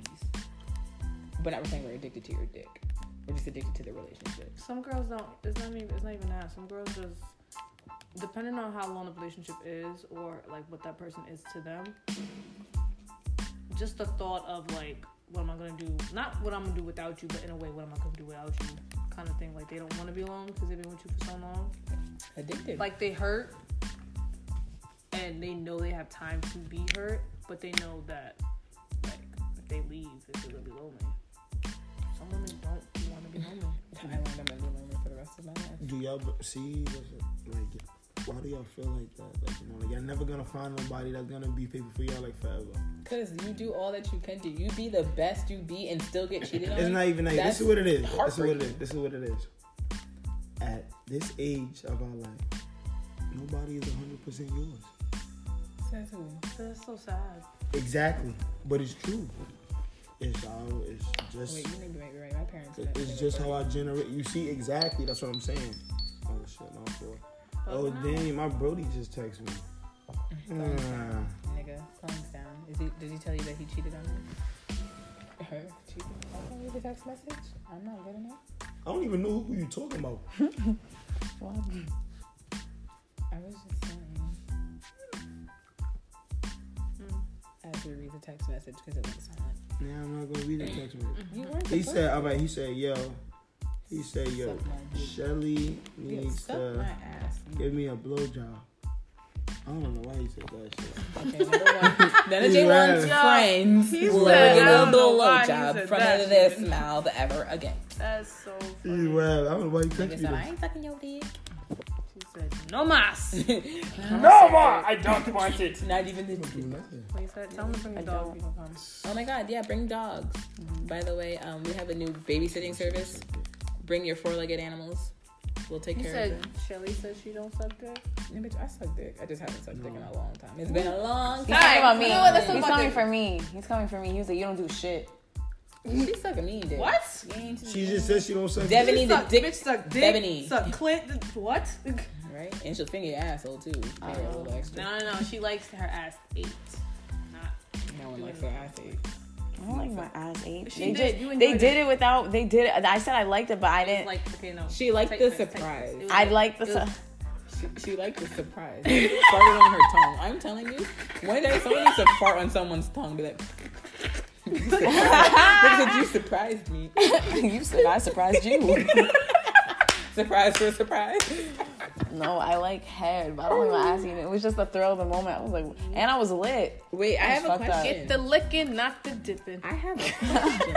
But not we're saying we're addicted to your dick. We're just addicted to the relationship.
Some girls don't. It's not even. It's not even that. Some girls just, depending on how long the relationship is, or like what that person is to them. Just the thought of like, what am I gonna do? Not what I'm gonna do without you, but in a way, what am I gonna do without you? Kind of thing. Like they don't want to be alone because they've been with you for so long.
Addicted.
Like they hurt, and they know they have time to be hurt, but they know that, like, if they leave, it's gonna be lonely. Some women don't
I learned I'm a new learner for the rest of my life.
Do y'all b- see that's a- like why do y'all feel like that? Like you know, like y'all never gonna find nobody that's gonna be faithful for y'all like forever.
Cause you do all that you can do. You be the best you be and still get cheated on.
It's not even like this
That's
is what it is. This is what it is.
heartbreaking.
This is what it is. At this age of our life, nobody is hundred percent yours.
Says who?
That's so sad.
Exactly. But it's true. It's all it's just
Wait, you think you might be right. My parents.
It- It's just how I generate. You see exactly. That's what I'm saying. Oh shit, no for. Oh damn, my Brody just texted me. Mm.
Nigga, thumbs down. Is he? Did he tell you that he cheated on you? Her cheated. I can't read the text message. I'm not good enough.
I don't even know who you talking about.
I was just saying. As we read the text message because it went silent.
Nah, I'm not gonna read the text message.
You weren't.
He said, "All right." He said, "Yo." He said, "Yo,
Suck my dick.
Shelly
You
needs
suck my
to
ass.
give me a blowjob." I don't know why he said that shit.
Okay, number <laughs> one. None of
He
J1's
laughed.
friends
He
will
said,
get
"I
a
don't know why he
blowjob
said
from
that
this
shit."
mouth ever again.
That's so
He
funny.
laughed. I don't know why he texted me.
Nigga said, I
This.
ain't fucking your dick.
She said, no mas. He
No more! I don't want it. Not even the
Do nothing.
said, tell him to bring the
I
dog.
don't.
you know, come.
Oh my god, yeah, bring dogs. By the way, um, we have a new babysitting service. Bring your four legged animals. We'll take
You
care of
said
them.
Shelly said she don't suck dick.
Yeah, bitch, I suck dick. I just haven't sucked dick in a long time. It's been a long
He's
time.
talking about me.
you know what? Let's talk
He's
about
coming
this.
for me. He's coming for me. He was like, you don't do shit.
She suck a mean dick.
What?
You ain't
She just said she don't suck. dick.
Devin the
Suck-
dick,
Bitch suck dick.
Devin.
Suck clit. th- What?
right? And she'll finger your asshole too. Finger a little extra.
No, no, no. She likes her ass eight.
No one likes her ass ate.
I don't like my eyes ate.
She
They
did.
just-
You
they
enjoyed
did it without. They did it. I said I liked it, but I didn't.
Like, okay, no.
She liked
Take
the
this, take this.
surprise.
It was
I like the.
It
She, she liked the surprise. She farted on her tongue. I'm telling you, one day someone needs to fart on someone's tongue. Be like, <laughs> "You surprised- look at you surprised me.
<laughs> you said I surprised you.
<laughs> Surprise for a surprise.
no, I like head, but I don't like my ass eating. It was just the thrill of the moment. I was like, and I was lit.
Wait, I
That's
have a
fucked up.
question.
The licking, not the dipping.
I have a question.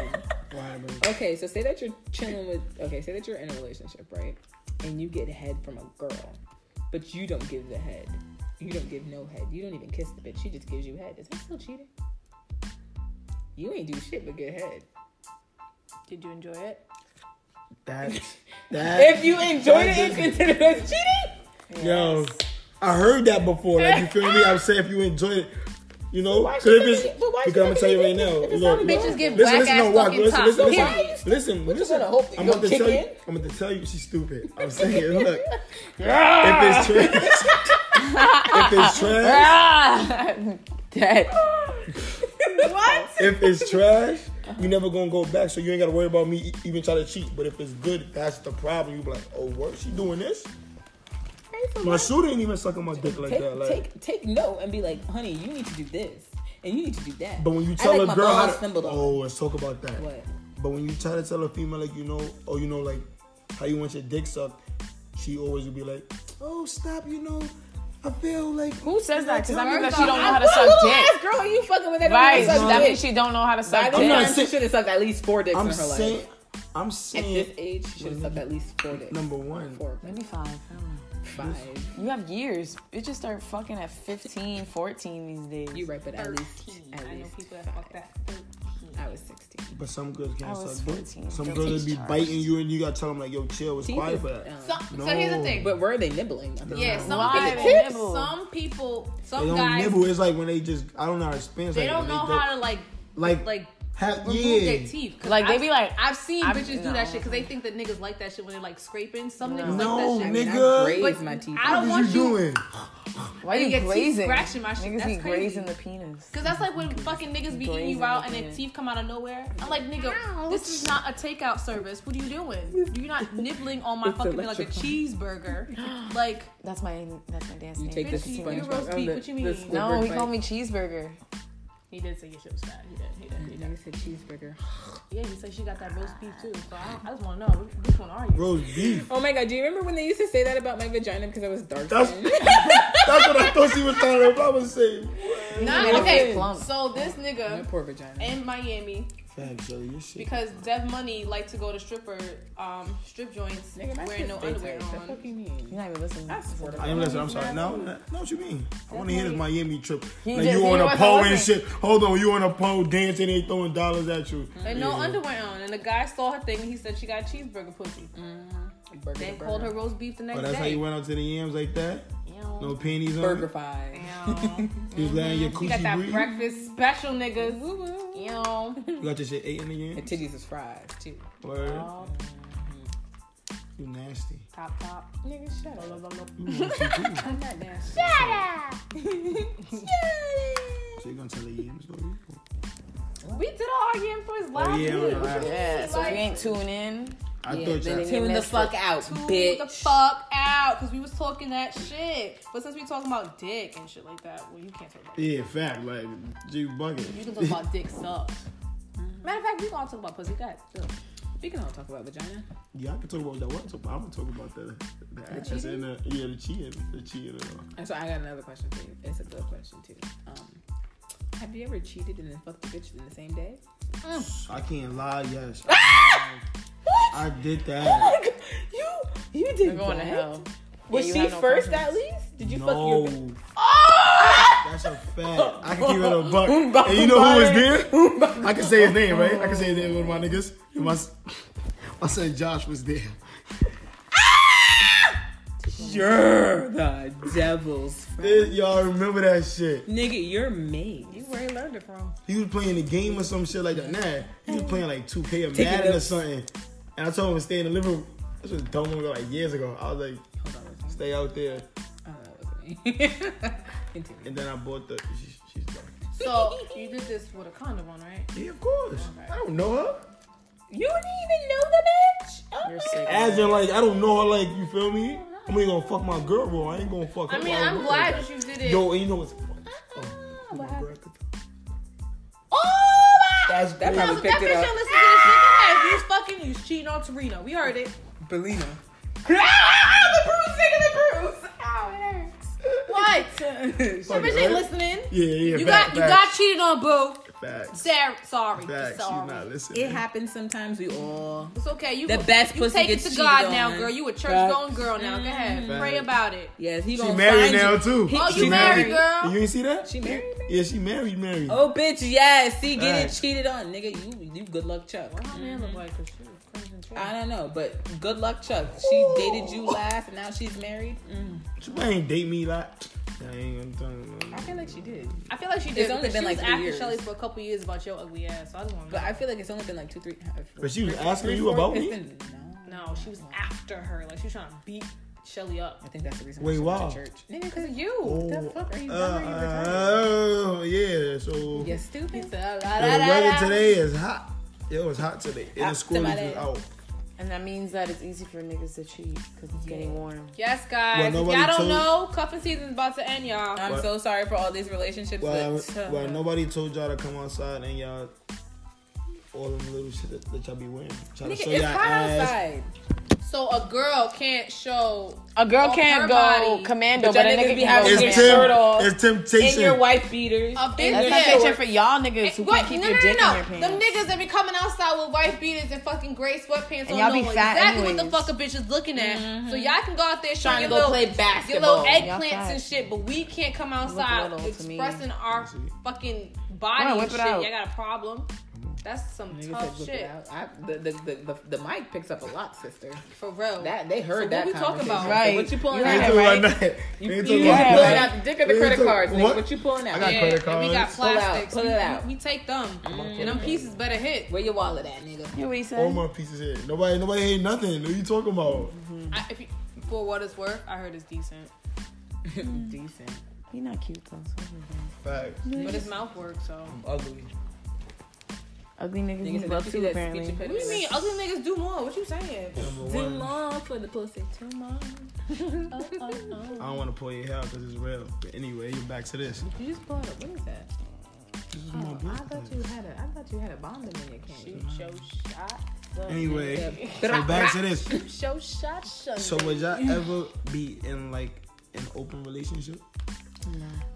Why, bro?
okay, so say that you're chilling with. Okay, say that you're in a relationship, right? And you get head from a girl, but you don't give the head. You don't give no head. You don't even kiss the bitch. She just gives you head. Is that still cheating? You ain't do shit but get head.
Did you enjoy it?
<laughs>
That's that.
If you enjoyed it, it's considered as cheating.
Yo, I heard that before. Like you feel me? I'm saying if you enjoy it, you know.
Why
so
she
if it's,
fucking- but why she
because I'm gonna
fucking
tell you
did
right now.
this? If it's
look,
not
look,
Bitches give
listen,
black
listen, no,
ass
watch,
fucking
listen,
top.
listen, listen,
Why you-
listen,
you
listen.
gonna hope that
I'm
you'll
about to
kick
tell you.
in?
I'm about to tell you she's stupid. I'm saying, look. if it's trash,
<laughs>
if it's trash,
Ah, dead.
<laughs>
<laughs> if it's trash, you never gonna go back. So you ain't gotta worry about me e- even try to cheat. But if it's good, that's the problem. You be like, oh, what? She doing this? My shooter ain't even sucking my dick like
take,
that. Like,
take take note and be like, honey, you need to do this and you need to do that.
But when you
I
tell
like
a
my
girl,
mom
how to-
stumbled on
oh, let's talk about that.
what?
But when you try to tell a female, like you know, or you know, like how you want your dick sucked, she always will be like, "Oh, stop!" You know, I feel like
Who says that? Because that means that
First
she don't
off,
know how to suck dick.
Ass girl, you fucking with that
Right.
don't
That
wanna
means
suck dick.
she don't know how to
By
suck
this
I'm not
time,
dick.
she
saying-
should have sucked at least four dicks
I'm
in her
saying,
life.
I'm
At this
saying,
age, she should have sucked at least four dicks.
number one,
Four,
Maybe five. I don't know.
five.
You have years. Bitches start fucking at 15, 14 these days.
You right, but at least at
I know
least
people that fuck that.
I was sixteen.
but some girls
I
can't
was
suck dick.
14.
Some
Don't
girls
teach
be
her.
biting you, and you gotta tell them like, "Yo, chill, it's quiet for that."
um,
So, so here's the
No.
thing.
but where are they nibbling? I mean,
Yeah, some
Why
people,
they nibble?
some people,
They
some
don't
guys,
nibble. It's like when they just, I don't know how to explain.
they don't know how to like,
like,
like
have,
remove
yeah.
their teeth. 'Cause
Like, they
I've-
be like,
I've seen
I've-
bitches do that
no.
shit because they think that niggas like that shit when they're like scraping. Some niggas
No,
like that shit.
nigga.
I graze
But
my teeth.
I don't
What
want
is you
you
doing?
Why
You
you
get teeth
grazing?
scratching my shit.
Niggas
That's
be
crazy.
grazing the penis.
Cause that's like when fucking niggas be eating
Grazing
you out
like
and their
that.
teeth come out of nowhere. I'm like, nigga, this is not a takeout service. What are you doing? You're not nibbling on my fucking like a cheeseburger.
<gasps>
Like,
That's my that's my dance name.
take this
bitch, you,
SpongeBob.
you roast
Oh,
beef.
the-
What you
the
mean?
squid.
No, he
Bird
called me cheeseburger.
He did say your shit was fat. He did. He did. He did.
said cheeseburger.
Yeah, you said she got that roast beef too. So I, I just want to know which, which one are you?
Roast beef.
Oh my god, do you remember when they used to say that about my vagina because I was dark?
<laughs>
That's
skinned?
that's what I thought she was trying to. I was saying.
Nah,
Made it
okay.
plump.
So this
My
nigga
poor vagina.
in Miami
Facts, so you shit.
Because Dev Money like to go to stripper um, strip joints
Nigga, my
wearing no
shit stay
underwear
tight. The
on.
fuck you mean?
You're not even listening.
I swear to
I
God.
am listening. I'm sorry. No, no, no, what you mean? I want to hear this Miami trip.
He
like
just-
you
he
on a
wasn't
pole and
listening.
shit. Hold on, you on a pole dancing? They throwing dollars at you.
And no
Yeah.
underwear on. And the guy saw her thing and he said she got cheeseburger pussy.
Burger
Then
to
called her
burger.
roast beef the next
But Oh, that's how
day.
you went out to the yams like that.
Ew.
No panties on.
Burger five.
Ew.
You was letting your
You got
<laughs> coochie
that
breathe.
breakfast special, niggas. Ew.
<laughs> You got this shit eight in the yams.
And titties is fried too.
Word.
Oh,
You nasty.
Top top.
Nigga, shut up.
<laughs> You nasty too.
I'm not nasty.
So you gonna tell the yams go?
We did all our game for his
Oh
last
yeah, I'm
week.
gonna laugh.
Yeah, so if you ain't tune in,
I thought
then
y'all.
you
Tune the
missed
fuck
it.
out,
Tune
bitch.
the fuck out, cause we was talking that shit. But since we talking about dick and shit like that, well, you can't talk about. Dick.
Yeah, fact. Like, G bucket.
You can talk about dick sucks. Matter of fact, we can all talk about pussy. Guys,
We can all talk about vagina.
<laughs> Yeah, I can talk about that. What? I'm gonna talk about the the actress and the yeah the cheating, the cheating. and all.
And so I got another question for you. It's a good question too. Um, have you ever cheated and then fucked the bitch in the same <laughs> day?
I can't lie.
<laughs>
Yes. I did that.
You you did
you're going to hell.
Was
you
she
have no
first
conscience.
at least? Did you fuck
no.
your bitch?
<laughs> That's a fact. I can keep it a buck. And you know who was there? I can say his name, right? I can say his name. One of my niggas. And My, s- my son Josh was there.
You're the devil's
This- y'all remember that shit?
nigga. You're me.
where you learned it from?
He was playing a game or some shit like that. Nah, he was playing like 2K or Madden or
notes.
something. And I told him to stay in the living room. This was dumb ago, like years ago. I was like, stay out there.
Oh, that wasn't me. <laughs> Continue.
And then I bought the. She, she's done.
So you did this with a condom on, right?
Yeah, of course. I don't know her.
You didn't even know the bitch. Oh
You're
my
sick.
As in, like, I don't know her, like, you feel me? I'm ain't gonna fuck my girl, bro. I ain't gonna fuck her.
I mean,
Why
I'm
would
glad
I?
that you did it.
Yo, and you know what's funny? Oh, oh my God. That's
That
crazy.
probably
Oh that
picked
bitch
it
don't
up.
listen to this nigga. He's fucking, he's cheating on Torino. We heard it.
Belina.
What? That bitch ain't listening.
Yeah, yeah,
You
back,
got, you
back,
got cheated on, boo.
back,
Sarah, sorry,
back. She's
sorry.
not listening.
It happens sometimes. We all.
It's okay. You
The
go-
best
you
pussy
take it
gets
to
cheated
God now,
on. Mm-hmm.
girl. You a church going girl now. Go ahead, pray
Facts.
about it.
Yes, he
She
gonna
married
find
now
you.
too.
He-
Oh,
She
you married, girl.
You ain't see that?
She married.
Yeah, she married. Married.
Oh, bitch, yes. See, get
Facts.
it cheated on, nigga. You, you good luck, Chuck. I don't know, but good luck, Chuck. She dated you last, and now she's married. Mm.
She ain't date me like. I ain't gonna tell
I feel like she did,
I feel like she did.
It's only
because
been
she
like
was
three
after
years.
Shelly for a couple years about your ugly ass. So I don't want
but
to.
I feel like it's only been like two, three.
But she was
three-
asking
three,
you
four-
about
it's
me?
been- no,
No, she was after her. Like she was trying to beat Shelly up.
I think that's the reason.
Wait,
she went to
wow.
Church.
Nigga, because of you.
The fuck are you? dumb? Are you retarded?
uh, Oh yeah. So
you stupid.
the weather today is hot. It was hot today. And the
Hot
squirrels was
tamale.
out.
And that means that it's easy for niggas to cheat because it's getting warm.
Yes, guys.
Well,
if y'all
nobody
don't
told-
know, cuffing season's about to end, y'all.
I'm
What?
so sorry for all these relationships.
Well,
but, uh,
well, nobody told y'all to come outside and y'all all them little shit that, that y'all be wearing. Try to
nigga,
show
it's
y'all
hot
ass.
outside.
So a girl can't show.
A girl
Oh, her
can't go
body.
commando,
But
but,
y'all
a
niggas
nigga
be
can
out
go
here
It's,
your
commando.
shirt off,
temp- it's
In your
temptation.
white beaters.
A bitch
That's
can't
not picture for y'all niggas who
What?
can't keep
no,
your
no,
dick
no,
in
no.
your pants.
Them niggas that be coming outside with white beaters and fucking gray sweatpants
And
on
y'all
no
be
one.
fat
Exactly
anyways.
what the fuck a bitch is looking at.
Mm-hmm.
So y'all can go out there
Trying to
your
go
little,
play
Your
basketball.
little
Y'all
eggplants
fat.
and shit, but we can't come outside
little to me.
expressing our fucking body
Come on,
and
whip it
shit.
out.
Y'all got a problem. That's some
Niggas said,
tough
"Whip it
shit.
out." I, the, the, the, the, the mic picks up a lot, sister.
For real.
That they heard
So
that.
what we talking
conversation.
about?
So
Right.
what you pulling
You
out?
had
Ain't
it,
talking
right?
about nothing.
You,
Ain't
you
talking
had
about
it,
pulling
nothing.
out the dick of the
Ain't
credit
talking-
cards. Nigga.
what?
What you pulling out?
I got
Yeah,
credit
and we got
cards.
Pull out,
plastics.
pull it
We-
out.
We, take them. And them pieces better hit.
Where your wallet at, nigga?
<laughs>
You what he
All
said?
my pieces here. Nobody, nobody ain't nothing. What you talking about?
I, if you, for what it's worth, I heard it's decent.
Decent.
He not cute though. so it's okay.
Facts.
But it's mouth work, so.
Ugly.
Ugly niggas
Niggas
he's
said,
love
if you
too
see that, get your
apparently.
What do you
pedicure.
mean? Ugly niggas do more. What you saying?
Number one. I
Long for the pussy too long.
Oh,
don't want to pull your hair out because it's real. But anyway, you're back to this.
You just pulled up. What is that?
This is
Oh,
my
I thought
birthday.
you had a. I thought you had a bomb in your candy.
Anyway, so back to this. So would y'all ever be in like an open relationship?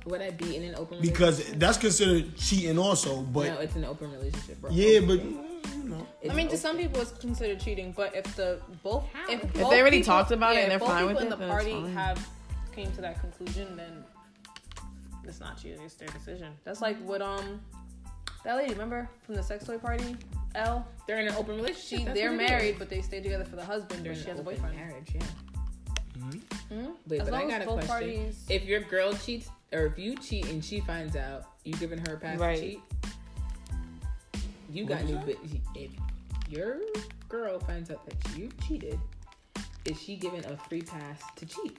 Would I be in an open
because that's considered cheating also. But
relationship? No, it's an open relationship, bro.
yeah, but you know,
I mean, to some people, it's considered cheating, but if the both if,
If
both
they already
people-
talked about it and they're
if both
fine
people
with
in
it,
the
then it's
party
fine.
have came to that conclusion, then it's not cheating; it's their decision. That's like what um that lady remember from the sex toy party, L.
They're in an open relationship.
She
that's
they're
what it is.
married, but they stay together for the husband, or she has a boyfriend.
Marriage, yeah.
Hmm?
Wait,
As
but I
long
got
as
a
both
question. <laughs>
parties,
If your girl cheats, or if you cheat and she finds out, you giving her a pass
Right.
to cheat. You got new. But if your girl finds out that you cheated, is she given a free pass to cheat?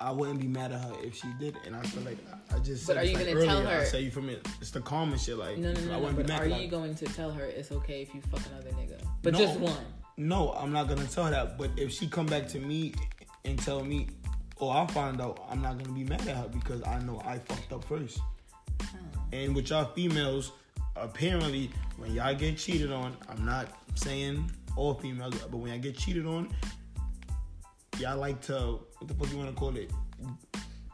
I wouldn't be mad at her if she did, it. and I feel like I, I just.
But
said
are
it's
you
like
gonna tell
earlier, I
her-
say you from it. It's the common shit. Like
No, no,
I
no. no,
wouldn't
but
be mad.
are
at her.
you going to tell her it's okay if you fuck another nigga? But
No.
just one.
No, I'm not gonna tell that. But if she come back to me and tell me, or I find out, I'm not gonna be mad at her because I know I fucked up first.
Oh.
And with y'all females, apparently when y'all get cheated on, I'm not saying all females, but when I get cheated on, y'all like to what the fuck you wanna call it?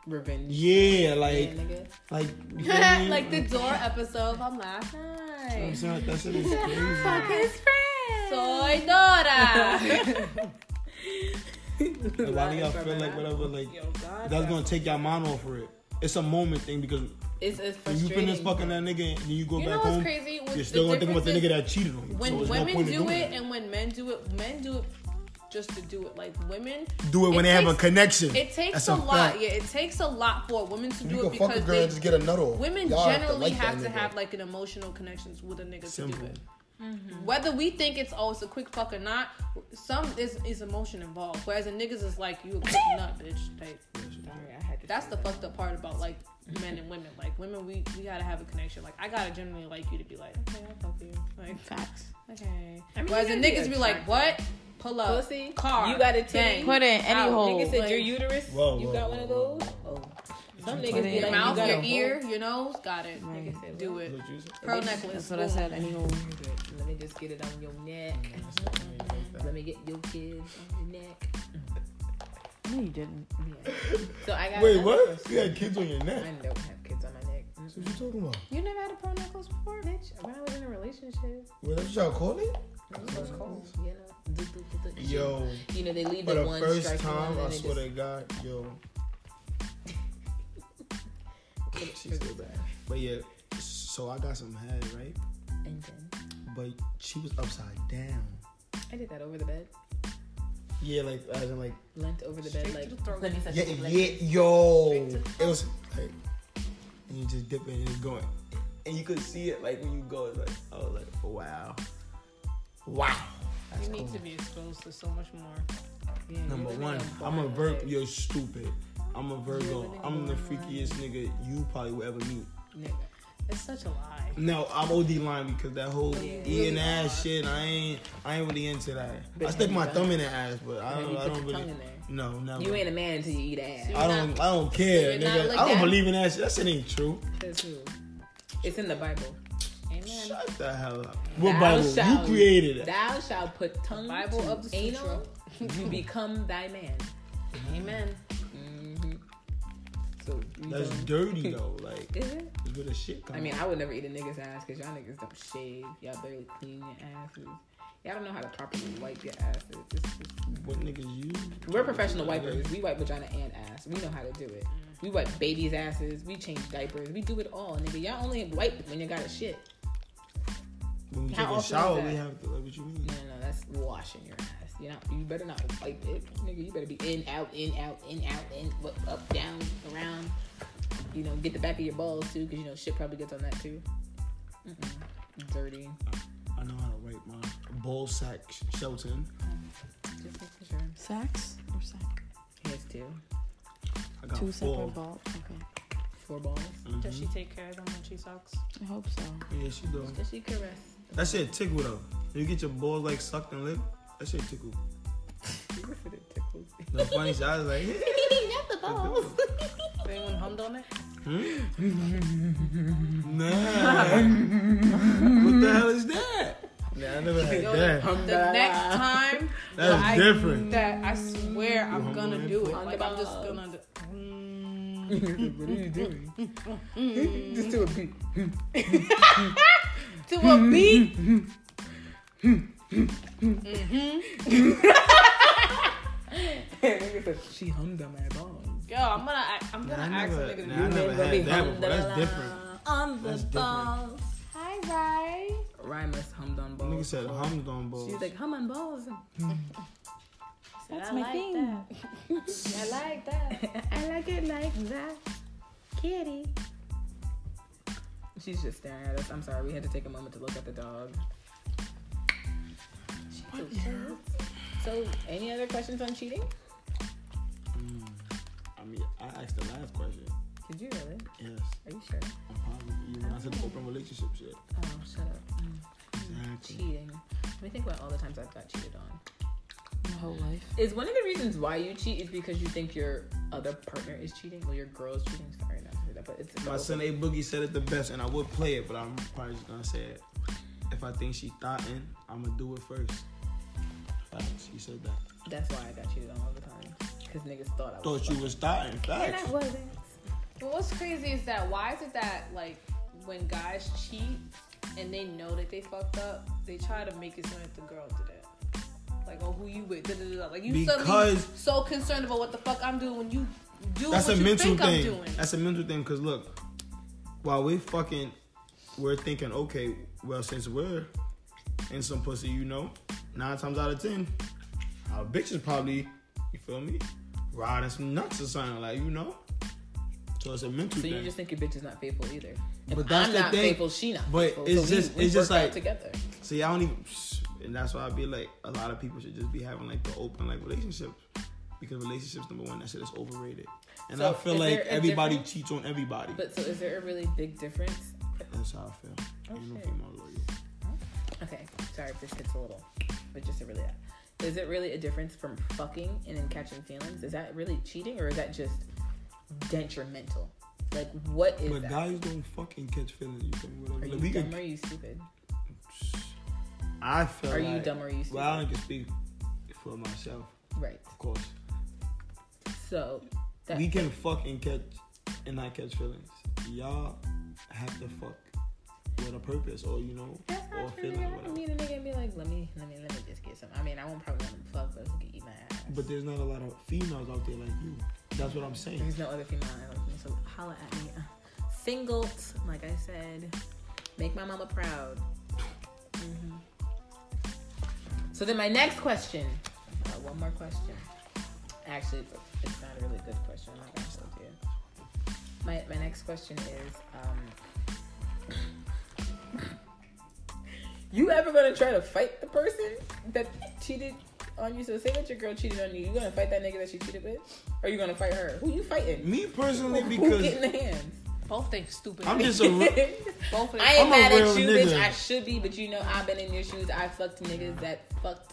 Revenge.
Yeah, like
nigga.
<laughs>
like you know what I mean?
like the door episode from last night.
I'm sorry, that shit is
<laughs>
crazy.
Soy
<laughs>
Dora.
Like, why do y'all feel like whatever? Like that's gonna take your mind off for it. It's a moment thing because
It's, it's
when you
frustrating.
finish fucking that nigga and then you go
you
back
know what's
home,
crazy? With
you're still gonna think about the
difference
nigga
is
that cheated on you. so
When
there's no
women
point in
do
doing
it and when men do it, men do it just to do it. Like women,
do it when
it
they have a
takes-
connection.
it takes
That's
a, lot.
fact.
Yeah, it takes a lot for women to
You
do it
can fuck a
because
girl
they,
and just get a nut off.
women
Y'all have to
generally
like
have,
that
to
nigga.
have like an emotional connections with a nigga to do
Simple.
it. Whether we think it's oh it's a quick fuck or not, some is is emotion involved. Whereas a niggas is like you a quick nut bitch type. That's the fucked up part about like men and women. Like women, we we gotta have a connection. Like I gotta generally like you to be like okay, I fuck you. Like
Facts.
okay.
I mean,
Whereas the
you gotta be
niggas be like
attractive.
what pull up
Pussy.
car
You got a
bang.
titty.
Put in any
Ow,
hole.
Nigga said
Like,
your uterus.
Whoa,
you
whoa,
got one of
whoa,
those. Oh, some niggas
Put it
be
in
like
your
you
mouth,
got
your
a
ear, your nose, got it.
Right.
Nigga said,
Do it.
What you say?
Pearl necklace.
That's what I said. Any hole.
"Whoa." Let me just get it on your neck. Let me get your kids on your neck.
No, you didn't.
Yeah. So I got.
Wait,
another
what?
question.
You had kids on your
I
neck?
don't have kids on my neck. Mm-mm.
What you talking about?
You never had a pearl necklace before, bitch. When I was in a relationship,
What that's what y'all call it?
it was cold. You know, Du- du- du- du-
Yo,
you know they leave
for
the
the
one
first
strike you
time,
one,
I
and it
swear
just-
to God,
<laughs>
yo. She's still bad. But yeah, so I got some head, right?
and then
But she was upside down.
I did that over the bed,
Yeah, like as in like
leant over the bed, like let me suck
yeah,
your leg.
yeah, yo. It was like, and you just dip it and it's going, and you could see it like when you go, it's like, oh, like wow, wow. That's
You need
cool.
to be exposed to so much more.
Yeah, you
Number
really
one,
don't
I'm a
want
Virgo.
it.
You're stupid. I'm a Virgo. I'm the freakiest nigga you probably will ever meet.
Nigga.
It's such a lie.
No, I'm OD lying because that whole eating ass shit. I ain't, I ain't really into that. I stick my thumb in the ass, but I
You
don't, I
put
don't
your tongue
really.
in there.
No, never.
You ain't a man until you eat ass.
I don't. I don't care,
you're not
nigga.
looked
I don't
at?
believe in that shit. That shit ain't true.
That's who. It's in the Bible.
Shut the hell up. What
Thou
Bible? You
shalt-
created it.
Thou shalt put tongue
Bible
to
of the
anal.
<laughs>
You become thy man.
Amen.
hmm
Mm-hmm.
So you
That's
don't-
dirty though. Like
Is it?
it's where the shit comes.
I mean, I would never eat a nigga's ass because y'all niggas don't shave. Y'all barely clean your asses. Y'all don't know how to properly wipe your asses. It's just-
what niggas use?
We're professional wipers. We wipe vagina and ass. We know how to do it. We wipe babies' asses. We change diapers. We do it all, nigga. Y'all only wipe when you got a shit.
When we
How
take a
often
shower,
is
we
that?
have to. Like what you mean?
No, no, that's washing your ass. You not. You better not wipe it, nigga. You better be in, out, in, out, in, out, in, up, up, down, around. You know, get the back of your balls too, because you know shit probably gets on that too. Mm-mm. Dirty.
I know how to wipe my ball sack sh- Shelton.
Just making sure.
Sacks or sack?
Here's two,
I got
Two
four. Mm-hmm.
separate balls. Okay.
four balls.
Does she take care of them when she sucks?
I hope so.
Yeah, she do.
Does she caress?
That shit tickle though. You get your balls like sucked and licked. That shit
<laughs>
tickle.
You said it tickles.
The funny shit, I
<laughs>
was like,
Has anyone hummed on it?
Hmm? <laughs> nah.
<laughs>
what the hell is that? Nah, I never had that.
The next time
That's
I
different.
that I swear I'm
humble
gonna
man?
do it.
On
Like
the
I'm just
balls.
gonna. Do- Mm.
<laughs> what are you
<laughs>
doing? Just do a <laughs> beat.
To a beat.
<laughs>
Nigga said, she hummed on my balls.
Yo, I'm gonna, I, I'm
Nah,
gonna
I
ask
never,
niggas.
nah, I never had that
hummed
before. That's different.
On
That's different.
Hi, Rai.
Rhymus hummed on
Nigga
balls.
said hummed on balls.
She's like, hum on balls. <laughs>
That's my thing. I like that.
<laughs>
I like it like that. Kitty.
She's just staring at us. I'm sorry. We had to take a moment to look at the dog. So, any other questions on cheating?
Hmm.
Mm. I mean, I asked the last question.
Did you really?
Yes.
Are you sure?
I'm probably, you know, I said open relationship shit.
Oh, shut up.
Exactly.
Cheating. Let me think about all the times I've got cheated on.
My whole life.
Is one of the reasons why you cheat is because you think your other partner is cheating? Well, your girl's cheating. Sorry, not to say that, but it's
My son A Boogie said it the best, and I would play it, but I'm probably just gonna say it. If I think she thoughtin', I'm gonna do it first. Facts. He said that.
That's why I got cheated on all the time. Because niggas thought I was.
Thought you was thoughtin'. Facts.
But what's crazy is that why is it that like when guys cheat and they know that they fucked up, they try to make it seem like the girl did it. Like, oh, who you with? Da, da, da, da. Like you suddenly
Because-
so concerned about what the fuck I'm doing when you do
That's
what
a
you
mental
think I'm
thing.
doing.
That's a mental thing. Cause look, while we fucking, we're thinking, okay, well, since we're in some pussy, you know, nine times out of ten, our bitch is probably, you feel me, riding some nuts or something, like you know. So it's a mental
So you
thing.
just think your bitch is not faithful either. If
But that's
I'm
the
not
thing.
faithful, she not
But
faithful.
it's
so we-
just-
we
it's just
work out
like-
together.
See, I don't even, and that's why I be like, a lot of people should just be having like the open like relationships. Because relationships, number one, that shit is overrated, and
So
I feel
is
like
there a
everybody
difference?
cheats on everybody.
But so is there a really big difference?
That's how I feel. Ain't no
shit.
female loyal.
Okay, sorry if this hits a little, but just to really, is it really a difference from fucking and then catching feelings? Is that really cheating or is that just detrimental? Like, what is
But
that?
guys don't fucking catch feelings. You feel me? Whatever.
are you
Like, we
dumb
could-
or are you stupid?
I feel.
Are you
like-
dumb or are you stupid?
Well, I don't can speak for myself,
right.
of course.
So that
we can fucking catch and not catch feelings. Y'all have to fuck with a purpose, or you know,
that's
or a
not true.
feeling,
nigga.
or
I don't
whatever.
need a nigga and be like, let me, let me, let me just get some. I mean, I won't probably let him fuck, but he can eat my ass.
But there's not a lot of females out there like you. That's what I'm saying.
There's no other female I like me, so holla at me. Single, like I said, make my mama proud. Mhm. So then my next question, uh, one more question. Actually, it's- it's not a really good question. I'm not gonna hold you. My my next question is, um, <coughs> you ever gonna try to fight the person that cheated on you? So say that your girl cheated on you. You gonna fight that nigga that she cheated with? Or you gonna fight her? Who you fighting?
Me personally,
Who
because
getting the
<laughs>
hands?
Both things stupid.
I'm just a.
<laughs>
re-
Both of
I ain't
I'm
them.
a
mad
real
at you, bitch.
nigga.
I should be, but you know I've been in your shoes. I fucked niggas that fucked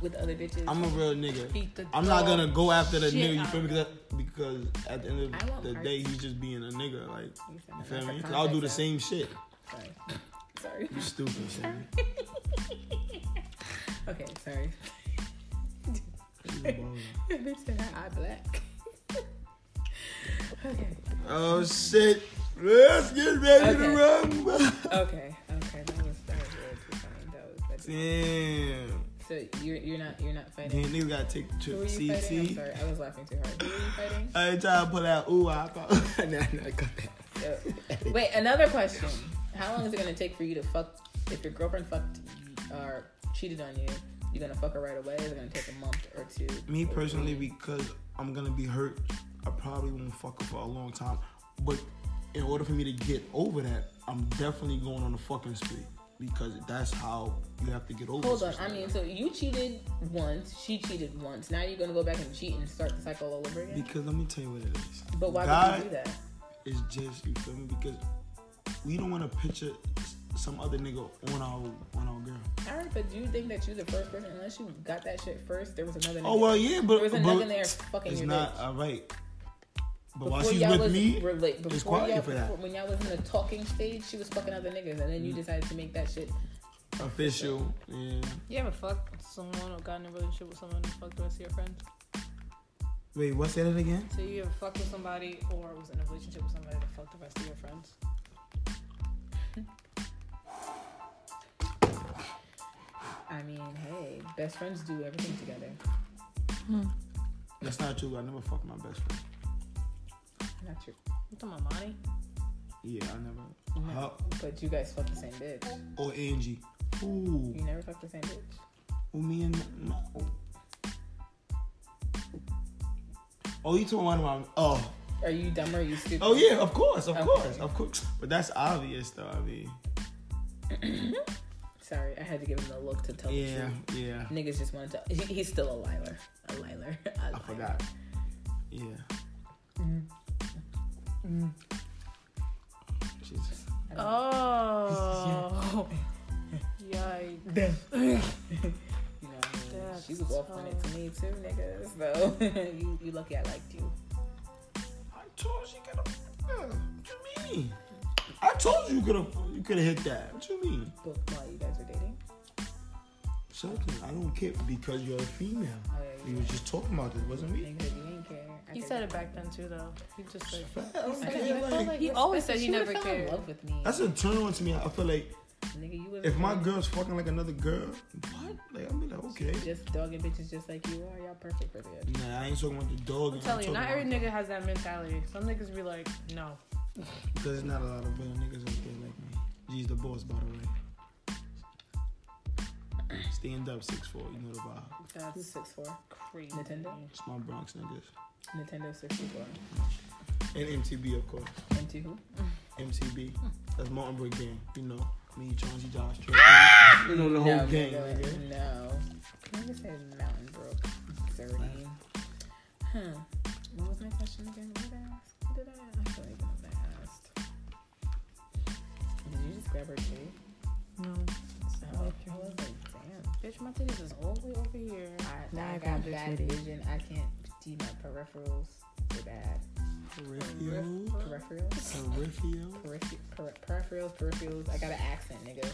with other bitches.
I'm a real nigga.
Beat the
I'm not
dog
gonna go after the
shit
nigga, you
out
feel me?
of
Because, because at the end
I
of
won't
the
argue.
day, he's just being a nigga. Like,
You said
you
that.
feel
That's
me?
the
'Cause I'll do the
context
same shit.
of- <laughs> Sorry.
You stupid, Sammy.
Sorry. Okay, sorry. <laughs> bitch said her eye black. <laughs> okay.
oh shit. Let's get ready
Okay.
to
<laughs>
rumble.
Okay. Okay. That was that was really too funny. That was that was-
Damn.
So you're you're not you're not fighting.
Damn, niggas gotta take the
Who
trip
are you fighting? I'm
CT.
sorry. I was laughing too hard. Who are you fighting?
I ain't trying to put out ooh I
<laughs>
thought nah, nah, cut that.
Uh, Wait, another question. How long is it gonna take for you to fuck if your girlfriend fucked or cheated on you? You gonna fuck her right away? Is it gonna take a month or two?
Me personally, because I'm gonna be hurt, I probably won't fuck her for a long time. But in order for me to get over that, I'm definitely going on the fucking spree. Because that's how you have to get over
Hold
some
on. I
shit.
mean, so you cheated once, she cheated once. Now you're gonna go back and cheat and start the cycle all over again.
Because let me tell you what it is.
But why
God
would you do that?
is just you feel me because we don't want to picture s- some other nigga on our on our girl.
All right, but do you think that you the first person? Unless you got that shit first, there was another.
Oh
nigga-
well, yeah, but
there was
but
another there fucking
it's
your
not
bitch.
all right. But while
Before
she's
y'all
with
was
me,
rela- before
quiet
y'all,
for that.
before- when y'all was in the talking stage, she was fucking other niggas, and then you decided to make that shit
official. Yeah,
You ever fucked someone or gotten in a relationship with someone and fucked the rest of your friends?
Wait, what said it again?
So you ever fucked with somebody or was in a relationship with somebody that fucked the rest of your friends?
I mean, hey, best friends do everything together.
That's not true. I never fucked my best friend.
Not true,
You talking about money?
Yeah, I never. Huh?
but you guys fuck the same bitch.
Or Angie. Ooh,
You never fuck the same bitch.
ooh, me and no. Oh, you told one of my. Oh,
Are you dumb or are you stupid?
oh yeah, of course, of
Okay.
course, of course. But that's obvious, though. I mean,
Sorry, I had to give him a look to tell the
yeah,
truth.
yeah.
Niggas just wanted to. He, he's still a liar. A liar. <laughs> A liar.
I forgot. Yeah.
Mm-hmm.
Jesus.
<laughs>
Oh. <laughs> Yikes.
You know what I mean?
That's
She was offering it to me too, niggas. So <laughs> you, you lucky I liked you.
I told you could have. What you mean? I told you could have. You could have hit that. What you mean?
But while you guys were dating,
Certainly, I don't care because you're a female.
oh, yeah,
We
you
were just talking about this, wasn't we?
niggas, you ain't care. I
He
could-
said it back then too, though. He just like
I don't care, like,
he always said
She
he never
would've fell in
cared.
love with me.
that's a turn on to me. I feel like
Nigga, you would've been
if
Mm-hmm.
my girl's fucking like another girl, what? Like I'm like okay.
just dogging bitches just like you are, y'all perfect for that.
Nah, I ain't talking about the dog.
I'm telling you, not every
talking
nigga has that mentality. Some niggas be like, no.
because there's not a lot of better niggas out there like me. G's the boss, by the way. Stand up six four. You know the vibe.
Who's
That's
six four?
crazy.
Nintendo?
It's my Bronx niggas
Nintendo sixty four.
and MTB of course.
And to who?
MTB. That's Martin Brick gang. You know me, Chauncey, Josh, Trey. You know the whole
no,
gang. nigga.
nigga. No. Nigga said Mountain Brook. Thirty. Huh. What was my question again? What did I ask? What did I ask? I don't even know what I asked. Did you just grab her titty?
No.
So I was like, damn.
Bitch, my titties is all the way over here.
I,
Now I
I got
grabbed her
bad
titty.
vision. I can't see my peripherals. They're bad.
Peripheral.
Peripherals?
Peripheral.
Peripher- per- peripherals, peripherals. I got an accent, nigga.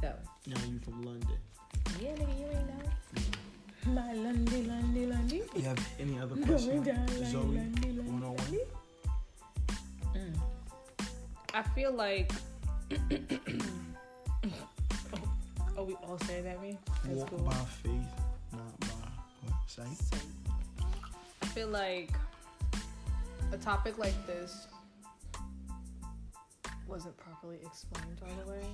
So,
Now you from London.
yeah, nigga, you ain't know. My Lundy, Lundy, Lundy.
You have any
<laughs>
other
Going
questions?
down
Zoe,
Lundy, Lundy, Lundy.
101.
Mm.
I feel <coughs> like. oh, we all staring at me. That's
Walk
cool.
by faith, not by what, sight.
I feel like a topic like this wasn't properly explained all the way.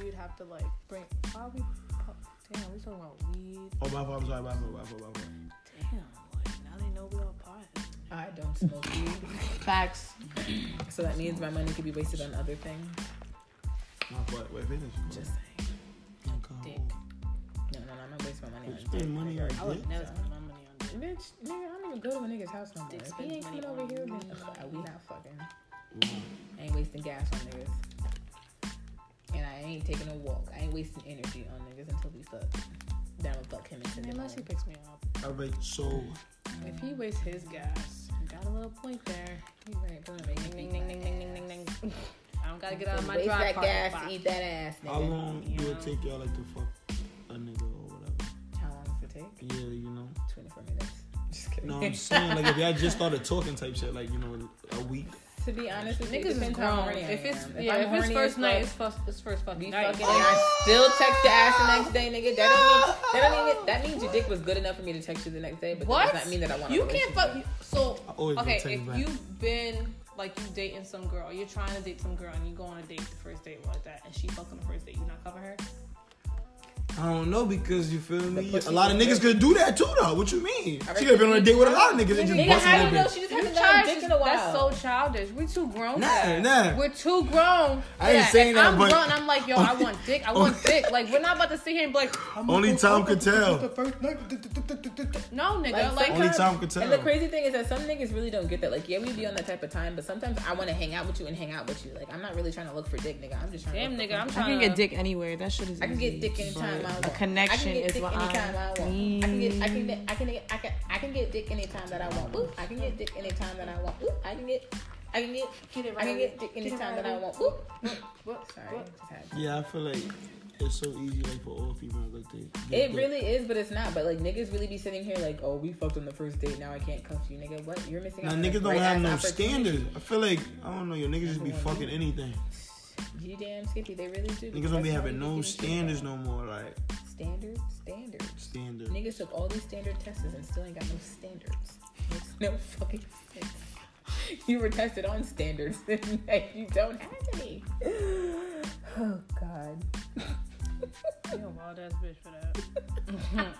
We'd have to like bring. Why are we? oh, Damn, we talking about weed.
Oh, my fault. I'm sorry. My fault. My fault. My fault.
Damn, like now they know we all pot.
I don't smoke weed,
<laughs> Facts.
so that means my money could be wasted on other things.
My fault. Wait, finish.
Just saying.
Come on.
No, no, no, I'm gonna waste my money
You
on
spend money on
I would
dick?
never spend my money on dick.
Bitch, nigga, I don't even go to a nigga's house no more.
Dick
If he
spends
ain't
money
coming over
on
here,
me.
then uh, we not fucking.
Wow.
I ain't wasting gas on niggas. And I ain't taking a walk. I ain't wasting energy on niggas until we fuck. Then I'm gonna fuck him into the
Unless he picks me up.
All right. So, Mm.
If he wastes his gas, got a little point there.
He's like, gonna make me
Ning,
eat
ning,
my
ning, ning, ning,
ass.
ning, ning. I don't gotta get
So
out of my
waste
dry
that
parking
gas,
spot.
eat that ass, nigga.
how long do
Yeah.
it take y'all like to fuck a nigga or whatever?
How long does it take?
Yeah, you know.
24 minutes. Just kidding.
No,
<laughs>
I'm saying like if y'all just started talking type shit, like you know, a week.
to be honest with you,
Niggas is
depends how
grown.
horny I
If it's
am.
yeah,
I'm
if it's
horny
first
as
night,
fuck,
it's first it's first fucking
be
night.
fucking and I still text your ass the next day, nigga. That don't mean that don't mean that means your dick was good enough for me to text you the next day, but that
What?
does not mean that I want
You can't fuck. So
I always
okay,
gonna take it
if
back.
you've been like you dating some girl, you're trying to date some girl, and you go on a date the first date like that, and she fuck on the first date, you not cover her.
I don't know because you feel me.
pussy
A lot of
good.
niggas could do that too, though. What you mean?
I
She could have been on a date with a lot of niggas and just
Nigga,
busting
how you
that
know
bitch.
she just
You
haven't done dick
childish.
in a while?
That's so childish. We too grown. for
Nah,
that.
nah.
We're too grown. for
I ain't
that.
saying
And
that,
I'm
but-
grown. and I'm like, yo, I want dick. I want dick. Like we're not about to sit here and be like,
Only time could tell.
no,
Like,
nigga. Like,
Only time could
And the
tell.
crazy thing is that some niggas really don't get that. Like, yeah, we be on that type of time, but sometimes I want to hang out with you and hang out with you. Like, I'm not really trying to look for dick, nigga. I'm just trying.
damn,
to look
nigga. I'm
For
I can
trying to
get dick anywhere. That shit is.
I can get
easy.
dick anytime I want.
A connection
I can get
is
dick
what
anytime I
I
want. I can get.
need.
I can. Get, I can. Get, I can. I can get dick anytime that I want. Oop. I can get dick anytime that I want. Oop. I can get. I can get.
Get it
I can
right.
get dick anytime that I want. Oop.
What?
Sorry.
What?
just had-
Yeah, I feel like it's so easy like for all females like they. they-
It
they-
really is, but it's not. But like niggas really be sitting here like, oh, we fucked on the first date. Now I can't cuff you, nigga. What? You're missing
Now
out. on a
niggas don't
great
have
ass
no
opportunity.
standards. I feel like I don't know. Your niggas just be fucking anything.
You damn skippy. They really do.
Niggas don't be having no standards no more. Like
Standards, standards.
standards.
Niggas took all these standard tests and still ain't got no standards. Makes no fucking sense. <laughs> You were tested on standards <laughs> and you don't have any. <sighs> Oh God.
You a wild ass bitch for that.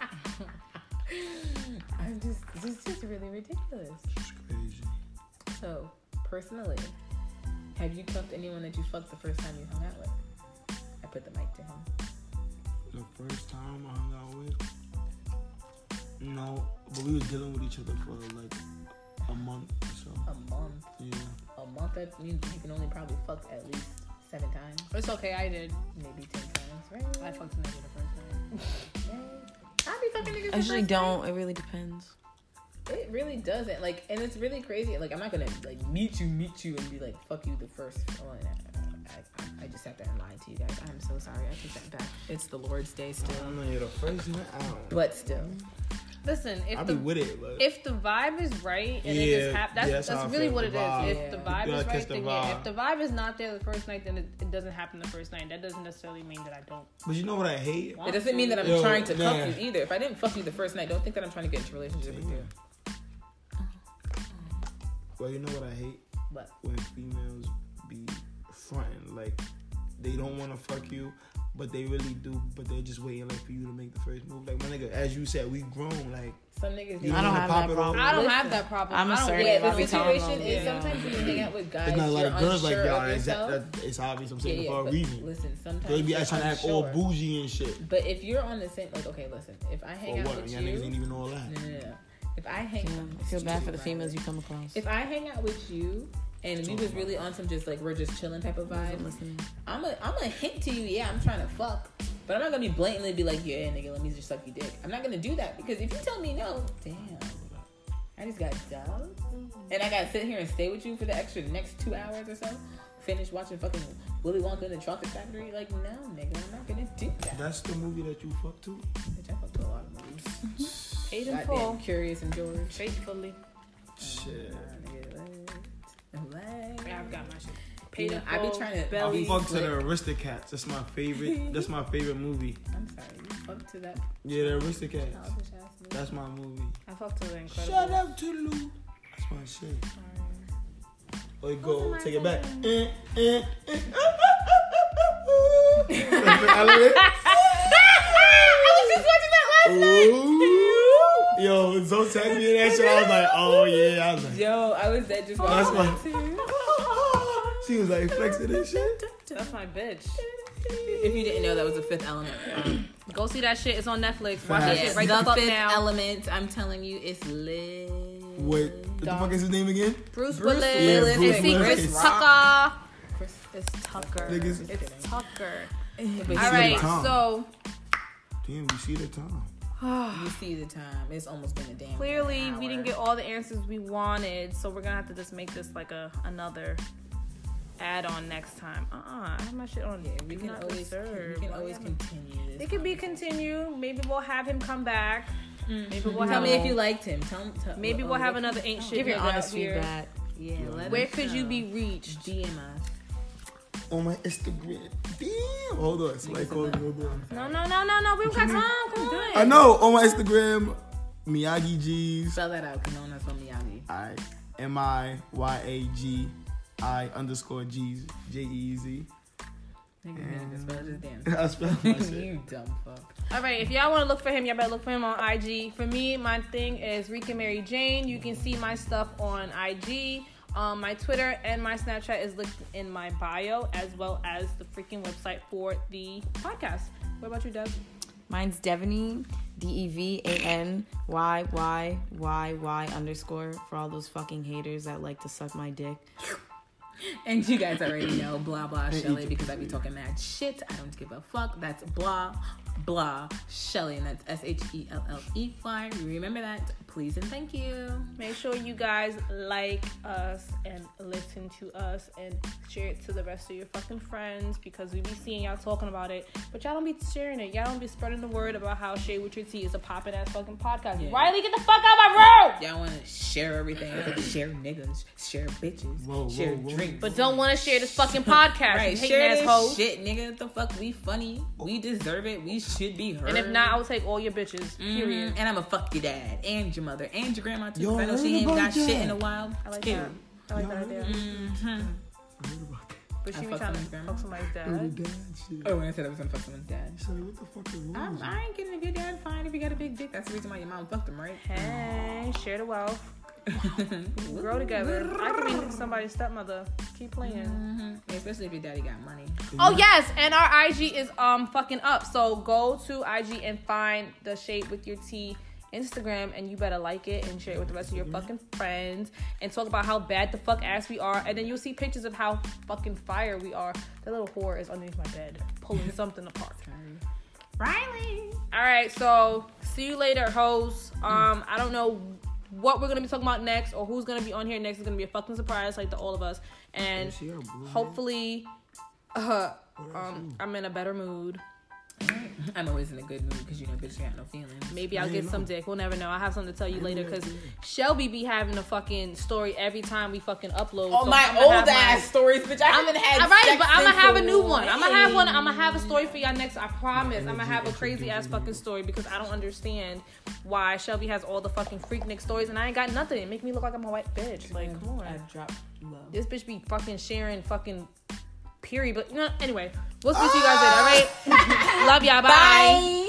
I'm just this is just really ridiculous.
It's crazy.
So, personally, have you cuffed anyone that you fucked the first time you hung out with? I put the mic to him.
The first time I hung out with. No, but we was dealing with each other for like a month or so.
A month.
Yeah.
A month that means you can only probably fuck at least seven times,
It's okay, I did.
maybe ten times, right?
I fucked a nigga the first time.
<laughs> I be fucking niggas.
I usually
the first time.
don't. It really depends.
It really doesn't. Like, and it's really crazy. Like, I'm not gonna like meet you, meet you, and be like, fuck you the first one. I, I, I just sat there and lied to you guys. I'm so sorry. I take that back. It's the Lord's day
I
still,
don't know. You're the first night. I don't. know.
but still.
Listen,
I
if
be
the
with it, but
if the vibe is right and it
Yeah,
just hap- that's
yeah, that's how I
that's really
feel,
what
the
it is.
vibe.
If the vibe
Yeah,
is
catch
right,
the
then yeah.
vibe.
If the vibe is not there the first night, then it, it doesn't happen the first night. That doesn't necessarily mean that I don't.
but you know what I hate?
It doesn't mean that I'm
Yo,
trying to
nah.
cuff you either. If I didn't fuck you the first night, don't think that I'm trying to get into a relationship with you.
Well, you know Uh-huh. what I hate?
What?
When females be fronting, like they don't want to fuck you, but they really do, but they're just waiting like for you to make the first move. Like my nigga, as you said, we grown. Like
Some niggas.
you
they-
I don't
wanna
have
pop
that
it off.
problem.
I don't
Listen,
have that problem.
I'm
I don't
assertive.
get
I'll
Yeah,
be
the
telling
situation
them,
is
yeah.
sometimes when you hang out with guys,
There's not a lot
you're
of girls like
unsure
y'all.
of
Is that,
yourself.
that, it's obvious. I'm
yeah,
saying
yeah,
for a
but
reason.
Listen, sometimes
They be "Oh,
you're
actually trying to act all
unsure.
bougie and shit.
But if you're on the same, like, okay, listen, if I
Or
hang out
what?
with
Y'all
you,
niggas ain't even all that.
No, no, no. If I hang,
Yeah, I feel
It's
bad for
too
the females you come across.
If I hang out with you and we was really on some just like we're just chilling type of
I'm
vibe,
listening.
I'm a I'm a hint to you. Yeah, I'm trying to fuck, but I'm not gonna be blatantly be like, yeah, nigga, let me just suck your dick. I'm not gonna do that because if you tell me no, damn, I just got dumped, and I gotta sit here and stay with you for the extra next two hours or so. Finish watching fucking Willy Wonka and the Chocolate Factory. Like, no, nigga, I'm not gonna do that.
That's the movie that you fucked to.
Bitch, I fucked a lot of movies.
Paid in
Goddamn
full,
Curious and George.
faithfully.
Shit.
Yeah, I've got my shit.
You
Paid
know,
in
I
full.
be trying to-
I
belly.
fucked to the Aristocats. That's my favorite. That's my favorite movie.
I'm sorry, you fucked to that
Yeah, the Aristocats.
childish ass nigga.
That's my movie.
I fucked to the incredible.
Shout out to Lou. That's my shit. Or go, take it back. Eh, eh, eh. <laughs> I love it. Ooh. Yo, when Zoe tagged me in that shit, I was like, oh yeah. I was like,
Yo, I was dead just
that's
watching that
my.
too.
<laughs> She was like flexing and shit.
That's my bitch.
If you didn't know, that was the fifth element.
Go see that shit. It's on Netflix. Watch that
Facts.
shit right
the
the fuck
fifth
now.
element. I'm telling you, it's lit.
Wait, what the fuck is his name again?
Bruce,
Bruce
Willis.
Willis
Yeah, Bruce
and see
Willis.
Chris Tucker.
Chris,
It's Tucker.
Niggas-
It's Tucker.
but
All
see
right,
the time.
so
Damn, we see the time.
you see the time. It's almost been a damn.
clearly
hour.
we didn't get all the answers we wanted, so we're gonna have to just make this like a another add on next time. Uh uh I have my shit on.
Yeah, we
Do
can
not
always
disturb.
we can
Why
always
am I-
continue this.
It could be continued. Maybe we'll have him come back. Maybe we'll
Mm-hmm. Tell
have
me if you liked him. Tell, tell
maybe
oh,
we'll have
what-
another ancient.
Give your honest feedback.
Yeah, let
Where
us
could you
know.
be reached?
DM us.
On my Instagram. Damn. Hold on. It's like, hold on. Hold on.
No, no, no, no, no.
<laughs>
We don't got time. Come
I
on.
know on my Instagram, Miyagi G's.
Spell that out. Kanona from Miyagi.
I M I Y A G I underscore G's J E Z. <laughs>
Niggas ain't even spell his damn.
I spelled <laughs>
<laughs>
my shit.
you dumb <laughs> fuck.
All right, if y'all want to look for him, y'all better look for him on IG. For me, my thing is Rika Mary Jane. You can see my stuff on IG. Um, my Twitter and my Snapchat is linked in my bio, as well as the freaking website for the podcast. What about you, Deb?
Mine's Devaney, D E V A N Y Y Y Y underscore for all those fucking haters that like to suck my dick.
And you guys already know blah blah Shelly because I be talking mad shit. I don't give a fuck. That's blah blah Shelly, and that's S H E L L E Y. Remember that, please and thank you.
Make sure you guys like us and listen to us and share it to the rest of your fucking friends because we be seeing y'all talking about it, but y'all don't be sharing it. Y'all don't be spreading the word about how Shade with Your Tea is a poppin' ass fucking podcast.
Yeah.
Riley, get the fuck out of my room!
Y'all want to share
<laughs>
everything? share niggas, share bitches,
Whoa, whoa,
share
whoa.
drinks.
But don't want to share this fucking podcast,
Right,
you hating
share
ass
this
hoes.
shit, nigga. The fuck, we funny. We deserve it. We should be heard.
And if not, I will take all your bitches. Period.
Mhm. And I'ma fuck your dad and your mother and your grandma too.
Yo,
'cause I know
I
she
heard
ain't got
about
shit
that.
in a while.
I like
Ew.
that. I like that
Y'all
idea.
Mhm.
I heard about that.
But
I
she be
fuck
trying to
someone's grandma.
fuck somebody's
Your
dad.
dad shit.
Oh, when I said I was gonna fuck someone's dad.
Shelly, what the fuck is wrong
I'm,
with you?
Um, I ain't getting if your dad fine if you got a big dick. That's the reason why your mom fucked him, right?
Hey, share the wealth.
<laughs>
Grow together. I could be somebody's stepmother. Keep playing.
hmm Especially if your daddy got money.
Oh yes, and our IG is um fucking up. So go to IG and find the shape with your tea Instagram, and you better like it and share it with the rest of your fucking friends, and talk about how bad the fuck ass we are, and then you'll see pictures of how fucking fire we are. That little whore is underneath my bed <laughs> pulling something apart.
Riley.
All right, so see you later, hoes. Um, I don't know what we're gonna be talking about next or who's gonna be on here next. It's gonna be a fucking surprise, like to all of us. And
She a blue
hopefully, uh, um, I'm in a better mood.
<laughs> I'm always in a good mood because you know, bitch, you got no feelings.
Maybe I'll
Yeah,
get some
no.
dick. We'll never know. I have something to tell you later
yeah,
because Shelby be having a fucking story every time we fucking upload.
All Oh,
so
my
I'ma
old
have my-
ass stories, bitch. I haven't had.
All right,
sex
but I'm gonna
since
have a new one.
when?
I'm gonna have one. I'm gonna have a story for y'all next. I promise. I'm gonna have a crazy ass fucking story because I don't understand why Shelby has all the fucking freaknik stories and I ain't got nothing. It make me look like I'm a white bitch. Like, come
I
on.
dropped love.
This bitch be fucking sharing fucking
<laughs>
period. But you know, anyway, we'll see you guys later. All right, love y'all. Bye.